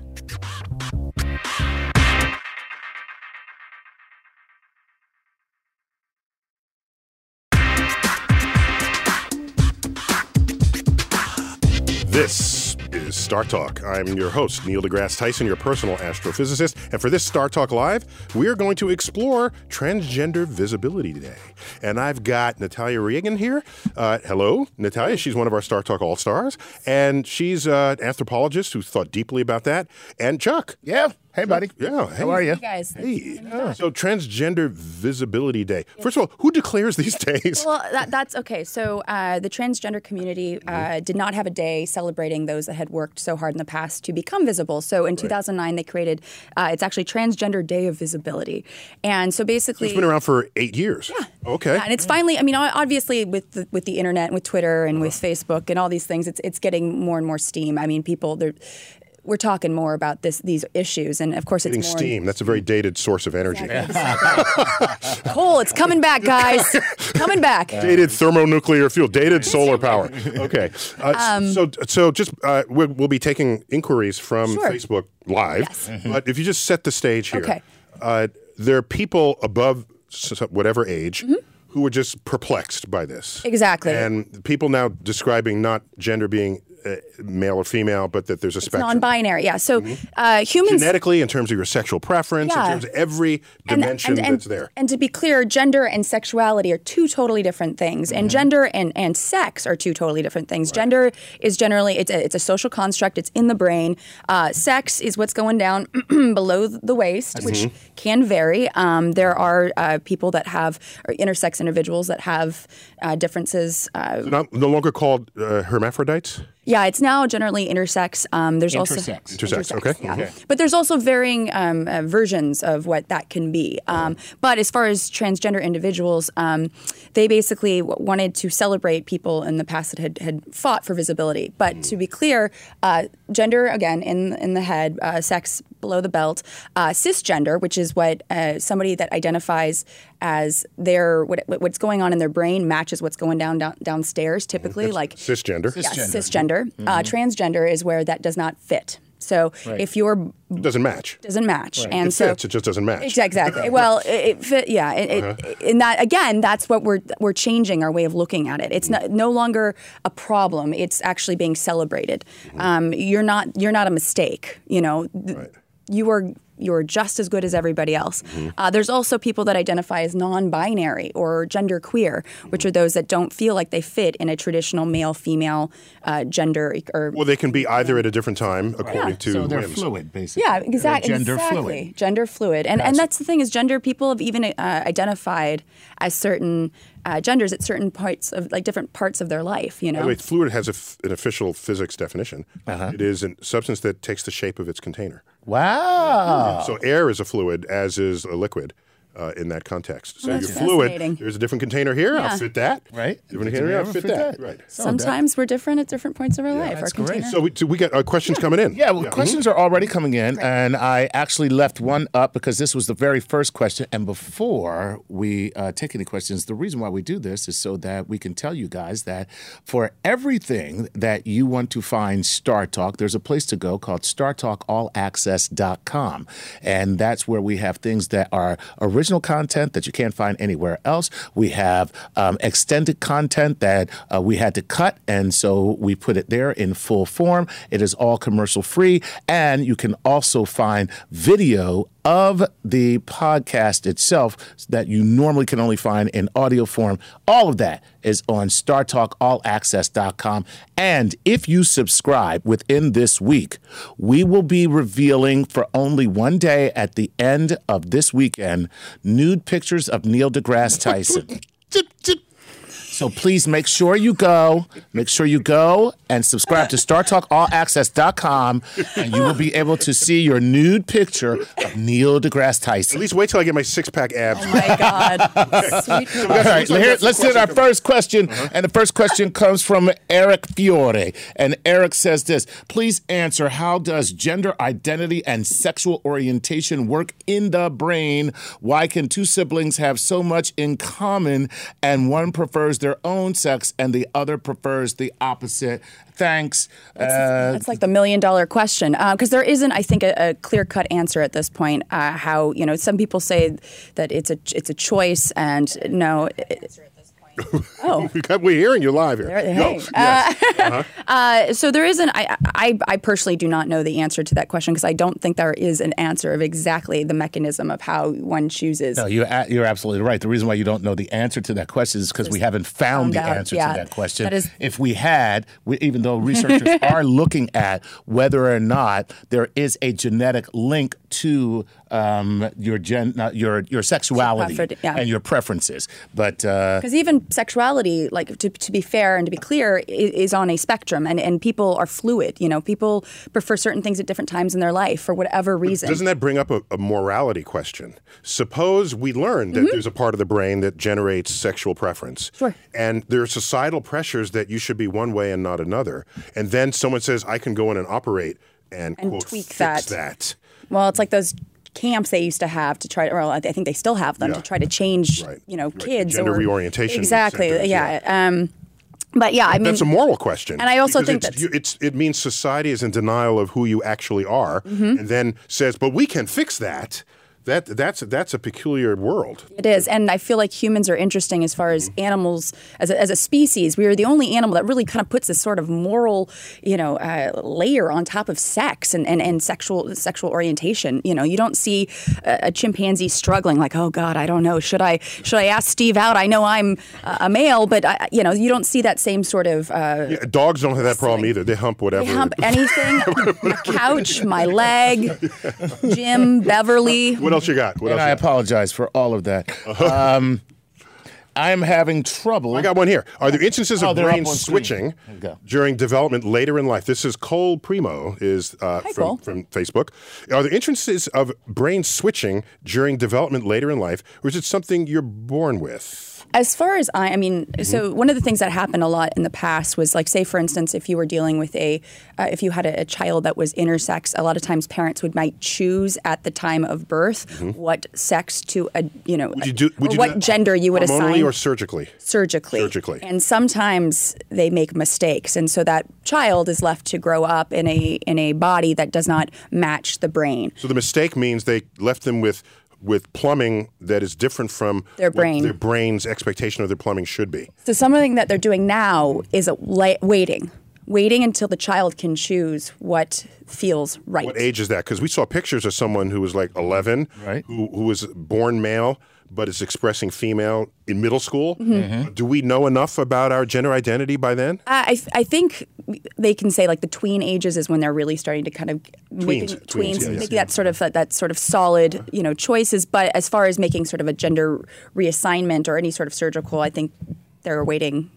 This is Star Talk. I'm your host, Neil deGrasse Tyson, your personal astrophysicist. And for this Star Talk Live, we are going to explore transgender visibility today. And I've got Natalia Reagan here. Uh, hello, Natalia. She's one of our Star Talk All Stars. And she's uh, an anthropologist who thought deeply about that. And Chuck. Yeah. Hey, buddy. Yeah. Hey. How are you? guys. Hey. Ah. So, Transgender Visibility Day. First of all, who declares these <laughs> days? Well, that, that's okay. So uh, the transgender community Mm-hmm. uh, did not have a day celebrating those that had worked so hard in the past to become visible. So in 2009, they created uh, it's actually Transgender Day of Visibility, and so basically. It's been around for eight years. Yeah. Uh-huh. Okay. Yeah, and it's finally. I mean, o- obviously, with the, with the internet, and with Twitter, and with Facebook, and all these things, it's it's getting more and more steam. I mean, people they're we're talking more about this these issues, and of course, it's Getting more steam. That's a very dated source of energy. coal. It's coming <laughs> back, guys. coming back. dated thermonuclear fuel, dated solar <laughs> power. Okay. Uh, s- Um, so, so just uh, we'll, we'll be taking inquiries from Sure. Facebook Live. But if you just set the stage here, Okay. uh, there are people above s- s- whatever age. Who are just perplexed by this? Mm-hmm. Exactly. And people now describing not gender being uh, male or female, but that there's a spectrum. Non-binary. Yeah. So Mm-hmm. uh, humans. Genetically, in terms of your sexual preference, Yeah. in terms of every dimension that's there. And to be clear, gender and sexuality are two totally different things, Mm-hmm. and gender and, and sex are two totally different things. Gender is generally it's a, it's a social construct; it's in the brain. Uh, sex is what's going down <clears throat> below the waist, which can vary. Um, there are uh, people that have or intersex individuals that have uh, differences. Uh, Not, no longer called uh, hermaphrodites? yeah, it's now generally intersex. Um, there's also Intersex. Intersex, okay. yeah. Okay. But there's also varying um, uh, versions of what that can be. Um, But as far as transgender individuals, um, they basically w- wanted to celebrate people in the past that had, had fought for visibility. But to be clear, uh, gender, again, in, in the head, uh, sex below the belt, uh, cisgender, which is what uh, somebody that identifies as their what, what's going on in their brain matches what's going down, down downstairs typically like Cisgender. yes, cisgender Uh, transgender is where that does not fit so if your It doesn't match. doesn't match, and it so fits, it just doesn't match. <laughs> Ex- Exactly. well, it, it fit. Yeah, it, it, Uh-huh. and that again, that's what we're we're changing our way of looking at it. It's no, Mm. no longer a problem. It's actually being celebrated. Mm-hmm. Um, you're not you're not a mistake. You know, Th- you are. You're just as good as everybody else. Mm-hmm. Uh, there's also people that identify as non-binary or genderqueer, Mm-hmm. which are those that don't feel like they fit in a traditional male-female uh, gender e- or Well, they can be either at a different time according to So they're whims. fluid, basically. Yeah, They're exactly. Gender exactly. fluid. Gender fluid, and and that's the thing is gender. People have even uh, identified as certain uh, genders at certain parts of like different parts of their life. You By know. the way, fluid has a f- an official physics definition. Uh-huh. It is a substance that takes the shape of its container. Wow. So air is a fluid, as is a liquid. uh, in that context. So That's you're fluid. fascinating. There's a different container here. Yeah. I'll fit that. Right. Different container. here, I'll fit Oh, that. Right. Sometimes we're different at different points of our life. Our container. <laughs> So we, so we got uh, questions coming in. Yeah, well, questions are already coming in, and I actually left one up because this was the very first question. And before we uh, take any questions, the reason why we do this is so that we can tell you guys that for everything that you want to find Star Talk, there's a place to go called StarTalkAllAccess.com, and that's where we have things that are original content that you can't find anywhere else. We have um, extended content that uh, we had to cut, and so we put it there in full form. It is all commercial free, and you can also find video of the podcast itself that you normally can only find in audio form. All of that is on startalkallaccess.com. And if you subscribe within this week, we will be revealing for only one day at the end of this weekend nude pictures of Neil deGrasse Tyson. So please make sure you go, make sure you go and subscribe to StarTalkAllAccess.com, and you will be able to see your nude picture of Neil deGrasse Tyson. Mm-hmm. At least wait till I get my six pack Oh, abs. Oh My <laughs> God. Sweet. So we All got- looks like right, we here- got some let's hit our questions Uh-huh. coming. first question. And the first question comes from Eric Fiore. And Eric says this Please answer How does gender identity and sexual orientation work in the brain? Why can two siblings have so much in common and one prefers their own sex and the other prefers the opposite? Thanks. Uh, That's like the million dollar question because there isn't, I think, a, a clear cut answer at this point. Uh, how you know some people say that it's a it's a choice, and no. it- oh, We got- <laughs> We're hearing you Uh-huh. live here. there, hey. No. <laughs> Uh, <laughs> uh, so there isn't. I, I I personally do not know the answer to that question because I don't think there is an answer of exactly the mechanism of how one chooses. no, you're, a- you're absolutely right. The reason why you don't know the answer to that question is because we haven't found Found the out, answer yeah. to that question. That is- if we had, we, even though <laughs> researchers are looking at whether or not there is a genetic link to um, your gen, not your your sexuality Prefer- yeah. and your preferences, but uh, Because even sexuality, like to, to be fair and to be clear, i- is on a spectrum, and, and people are fluid. You know, people prefer certain things at different times in their life for whatever reason. Doesn't that bring up a, a morality question? Suppose we learn that there's a part of the brain that generates sexual preference. Mm-hmm. Sure. And there are societal pressures that you should be one way and not another. And then someone says, I can go in and operate and, And quote, tweak fix that. that. Well, it's like those camps they used to have to try, or I think they still have them Yeah. to try to change, Right. you know, Right, the kids gender or reorientation Exactly. centers, yeah. Um, but yeah, I mean, that's a moral question. and I also because think it's, that's- you- it's it means society is in denial of who you actually are, Mm-hmm. and then says, "But we can fix that." That that's that's a peculiar world. It is, and I feel like humans are interesting as far as animals as a, as a species. We are the only animal that really kind of puts this sort of moral, you know, uh, layer on top of sex and, and, and sexual sexual orientation. You know, you don't see a, a chimpanzee struggling like, oh God, I don't know, should I should I ask Steve out? I know I'm uh, a male, but I, you know, you don't see that same sort of. Uh, Yeah, dogs don't have that problem either. They hump whatever. they hump anything, my couch, my leg, Jim, Beverly. what else you got? What and else? I you got? apologize for all of that. Um, I'm having trouble. <laughs> I got one here. Are there instances Oh, of they're up brain on screen. switching There you go. during development later in life? This is Cole Primo is uh, Hi, from, Cole. from Facebook. Are there instances of brain switching during development later in life, or is it something you're born with? As far as I, I mean, Mm-hmm. so one of the things that happened a lot in the past was like, say, for instance, if you were dealing with a, uh, if you had a, a child that was intersex, a lot of times parents would might choose at the time of birth what sex to, a, you know, Mm-hmm. Would you do? Would you or do what that gender you would hormonally assign or surgically? surgically. Surgically. And sometimes they make mistakes, and so that child is left to grow up in a in a body that does not match the brain. So the mistake means they left them with with plumbing that is different from Their what brain. their brain's expectation of their plumbing should be. So something that they're doing now is a la- waiting, waiting until the child can choose what feels right. What age is that? Because we saw pictures of someone who was like 11, Right. who, who was born male but is expressing female in middle school. Do we know enough about our gender identity by then? Uh, Mm-hmm. I, I think they can say like the tween ages is when they're really starting to kind of making Tweens, tweens, yeah, tweens, yeah. Uh-huh. making that sort of that, that sort of solid you know choices. But as far as making sort of a gender reassignment or any sort of surgical, I think they're waiting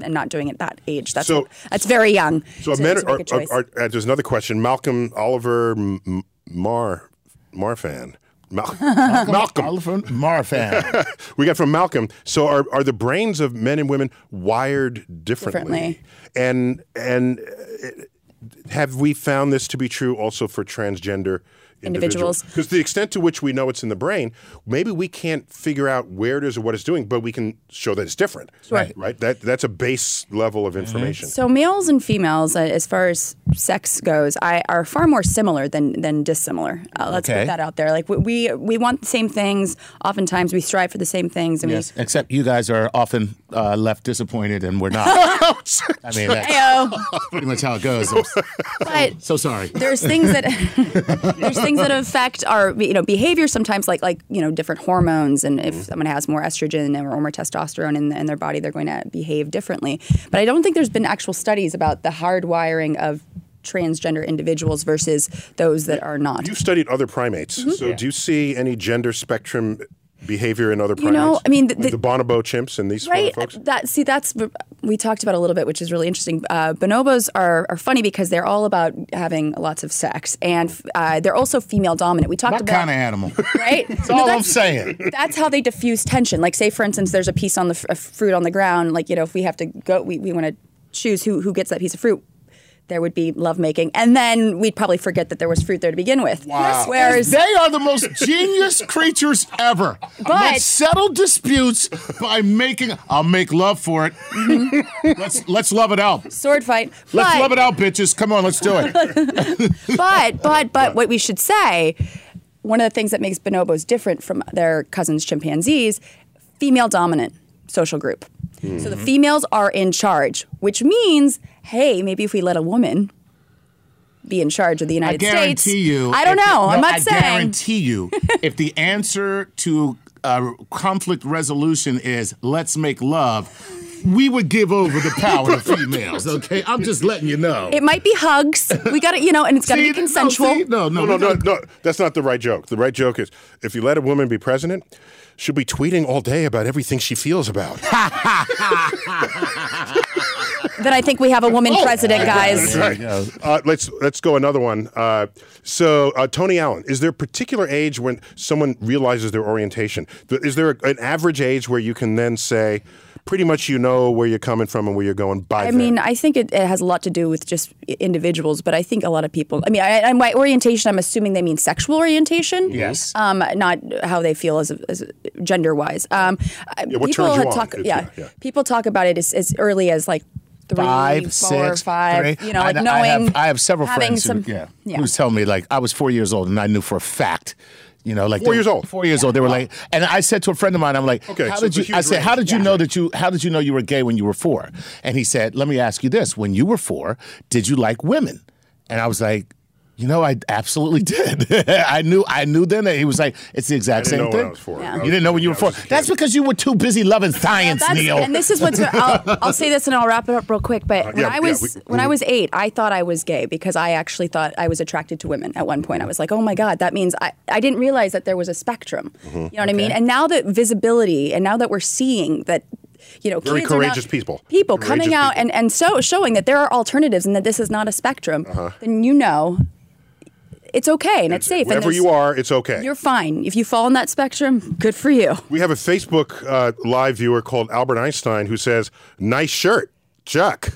and not doing it at that age. That's So- that's very young. So, to- a men to make are, a choice. are, are- uh, there's another question. Malcolm Oliver M- M- Mar Marfan <laughs> Mal- Malcolm. Oliver Marfan. we got from Malcolm. So are, are the brains of men and women wired differently? Differently. And and uh, have we found this to be true also for transgender individuals? Individuals. Because the extent to which we know it's in the brain, maybe we can't figure out where it is or what it's doing, but we can show that it's different. Right. Right. That that's a base level of information. So males and females, uh, as far as sex goes, I, are far more similar than than dissimilar. Uh, let's Okay. put that out there. Like we, we we want the same things. Oftentimes, we strive for the same things, and yes, except you guys are often uh, left disappointed, and <laughs> we're not. I mean, we. that's Ayo. pretty much how it goes. I'm so- But so sorry. there's things that <laughs> there's things that affect our you know behavior sometimes like like you know different hormones and Mm-hmm. if someone has more estrogen or or more testosterone in, in their body they're going to behave differently but i don't think there's been actual studies about the hardwiring of transgender individuals versus those that are not You studied other primates. Mm-hmm. So do you see any gender spectrum behavior in other You primates? know, I mean, the- Like the, bonobo chimps and these sort of right folks. that see that's we talked about a little bit which is really interesting uh, bonobos are, are funny because they're all about having lots of sex and uh, they're also female dominant we talked What about kind of animal? <laughs> right That's all <laughs> I'm saying. that's how they diffuse tension. Like, say, for instance, there's a piece on the fr- a fruit on the ground. Like, you know, if we have to go, we, we want to choose who, who gets that piece of fruit. There would be lovemaking. And then we'd probably forget that there was fruit there to begin with. Wow. Whereas, They are the most genius creatures ever. Let's settle disputes by making. I'll make love for it. <laughs> Mm-hmm. let's let's love it out. sword fight. Let's but, love it out, bitches. Come on, let's do <laughs> it. <laughs> but, but, but what we should say one of the things that makes bonobos different from their cousins, chimpanzees, female dominant social group. So the Mm-hmm. females are in charge, which means, hey, maybe if we let a woman be in charge of the United I guarantee States. you. I don't know. if- no, I'm not I saying. guarantee <laughs> you, if the answer to uh, conflict resolution is let's make love, we would give over the power <laughs> to females. Okay, I'm just letting you know. It might be hugs. We got to, you know, and it's got to <laughs> See, be no, consensual. see, No, no, No, no, no, no. That's not the right joke. The right joke is if you let a woman be president, she'll be tweeting all day about everything she feels <laughs> about. Then I think we have a woman Oh, president, guys. There you go. uh, let's let's go another one. Uh, so uh, Tony Allen, is there a particular age when someone realizes their orientation? Th- Is there a, an average age where you can then say, pretty much you know where you're coming from and where you're going by? I then? mean, I think it, it has a lot to do with just i- individuals, but I think a lot of people. I mean, I, I, my orientation. I'm assuming they mean sexual orientation. Yes. Um, not how they feel as, as gender wise. Um, I- Yeah, what people turns you had on? talk. It's- Yeah, yeah, yeah. people talk about it as, as early as like three, Five, four, six, five, three. You know, I- like knowing. I have, I have several having friends some- who, yeah, yeah. who's telling me like I was four years old and I knew for a fact. You know, like Four they- years old? Four years old. They were like, and I said to a friend of mine, I'm like, Okay, how so did it's a you? I huge said, how range. did you know that you? How did you know you were gay when you were four? And he said, let me ask you this: When you were four, did you like women? And I was like, you know, I absolutely <laughs> did. I knew, I knew then. That he was like, it's the I exact didn't same know thing. when I was four. Yeah. I was- You didn't know when you I were four. was just a That's kid. because you were too busy loving science, That's- Neil. And this is what's. I'll, <laughs> I'll say this, and I'll wrap it up real quick. But when Uh, yeah, I was yeah, we- when I was eight, I thought I was gay because I actually thought I was attracted to women. At one point, I was like, "Oh my god, that means I." I didn't realize that there was a spectrum. Mm-hmm. You know what I mean? And now that visibility, and now that we're seeing that. You know, Very kids are now- courageous people. People Courageous coming out people. and and so showing that there are alternatives and that this is not a spectrum. Uh-huh. Then you know, it's okay and it's, safe. and Wherever there's- you are, it's okay. you're fine. If you fall in that spectrum, good for you. We have a Facebook uh, live viewer called Albert Einstein who says, "Nice shirt, Chuck."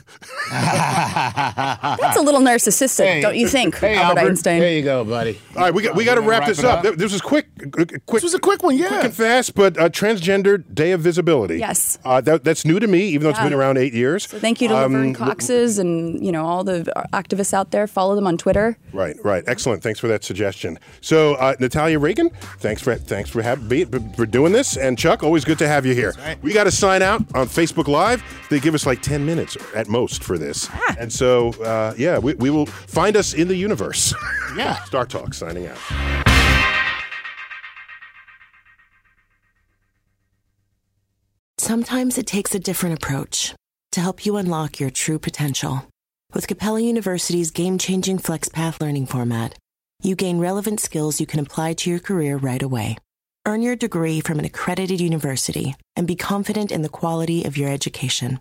That's a little narcissistic, Hey. don't you think, Hey, Albert, Albert. Einstein? There you go, buddy. All right, we got we got to We're gonna wrap this it up. This was quick, quick. This was a quick one, yeah. Quick and fast, but uh, transgender day of visibility. Yes. uh, that, that's new to me, even though it's been around eight years. So thank you to Um, Laverne Cox's and you know all the activists out there. Follow them on Twitter. Right, right. Excellent. Thanks for that suggestion. So, uh, Natalia Reagan, thanks for thanks for have, be, for doing this, and Chuck, always good to have you here. We got to sign out on Facebook Live. They give us like ten minutes at most for this, Ah. and so uh, yeah, we, we will find us in the universe. Yeah. <laughs> Star Talk signing out. Sometimes it takes a different approach to help you unlock your true potential. With Capella University's game changing FlexPath learning format, you gain relevant skills you can apply to your career right away. Earn your degree from an accredited university and be confident in the quality of your education.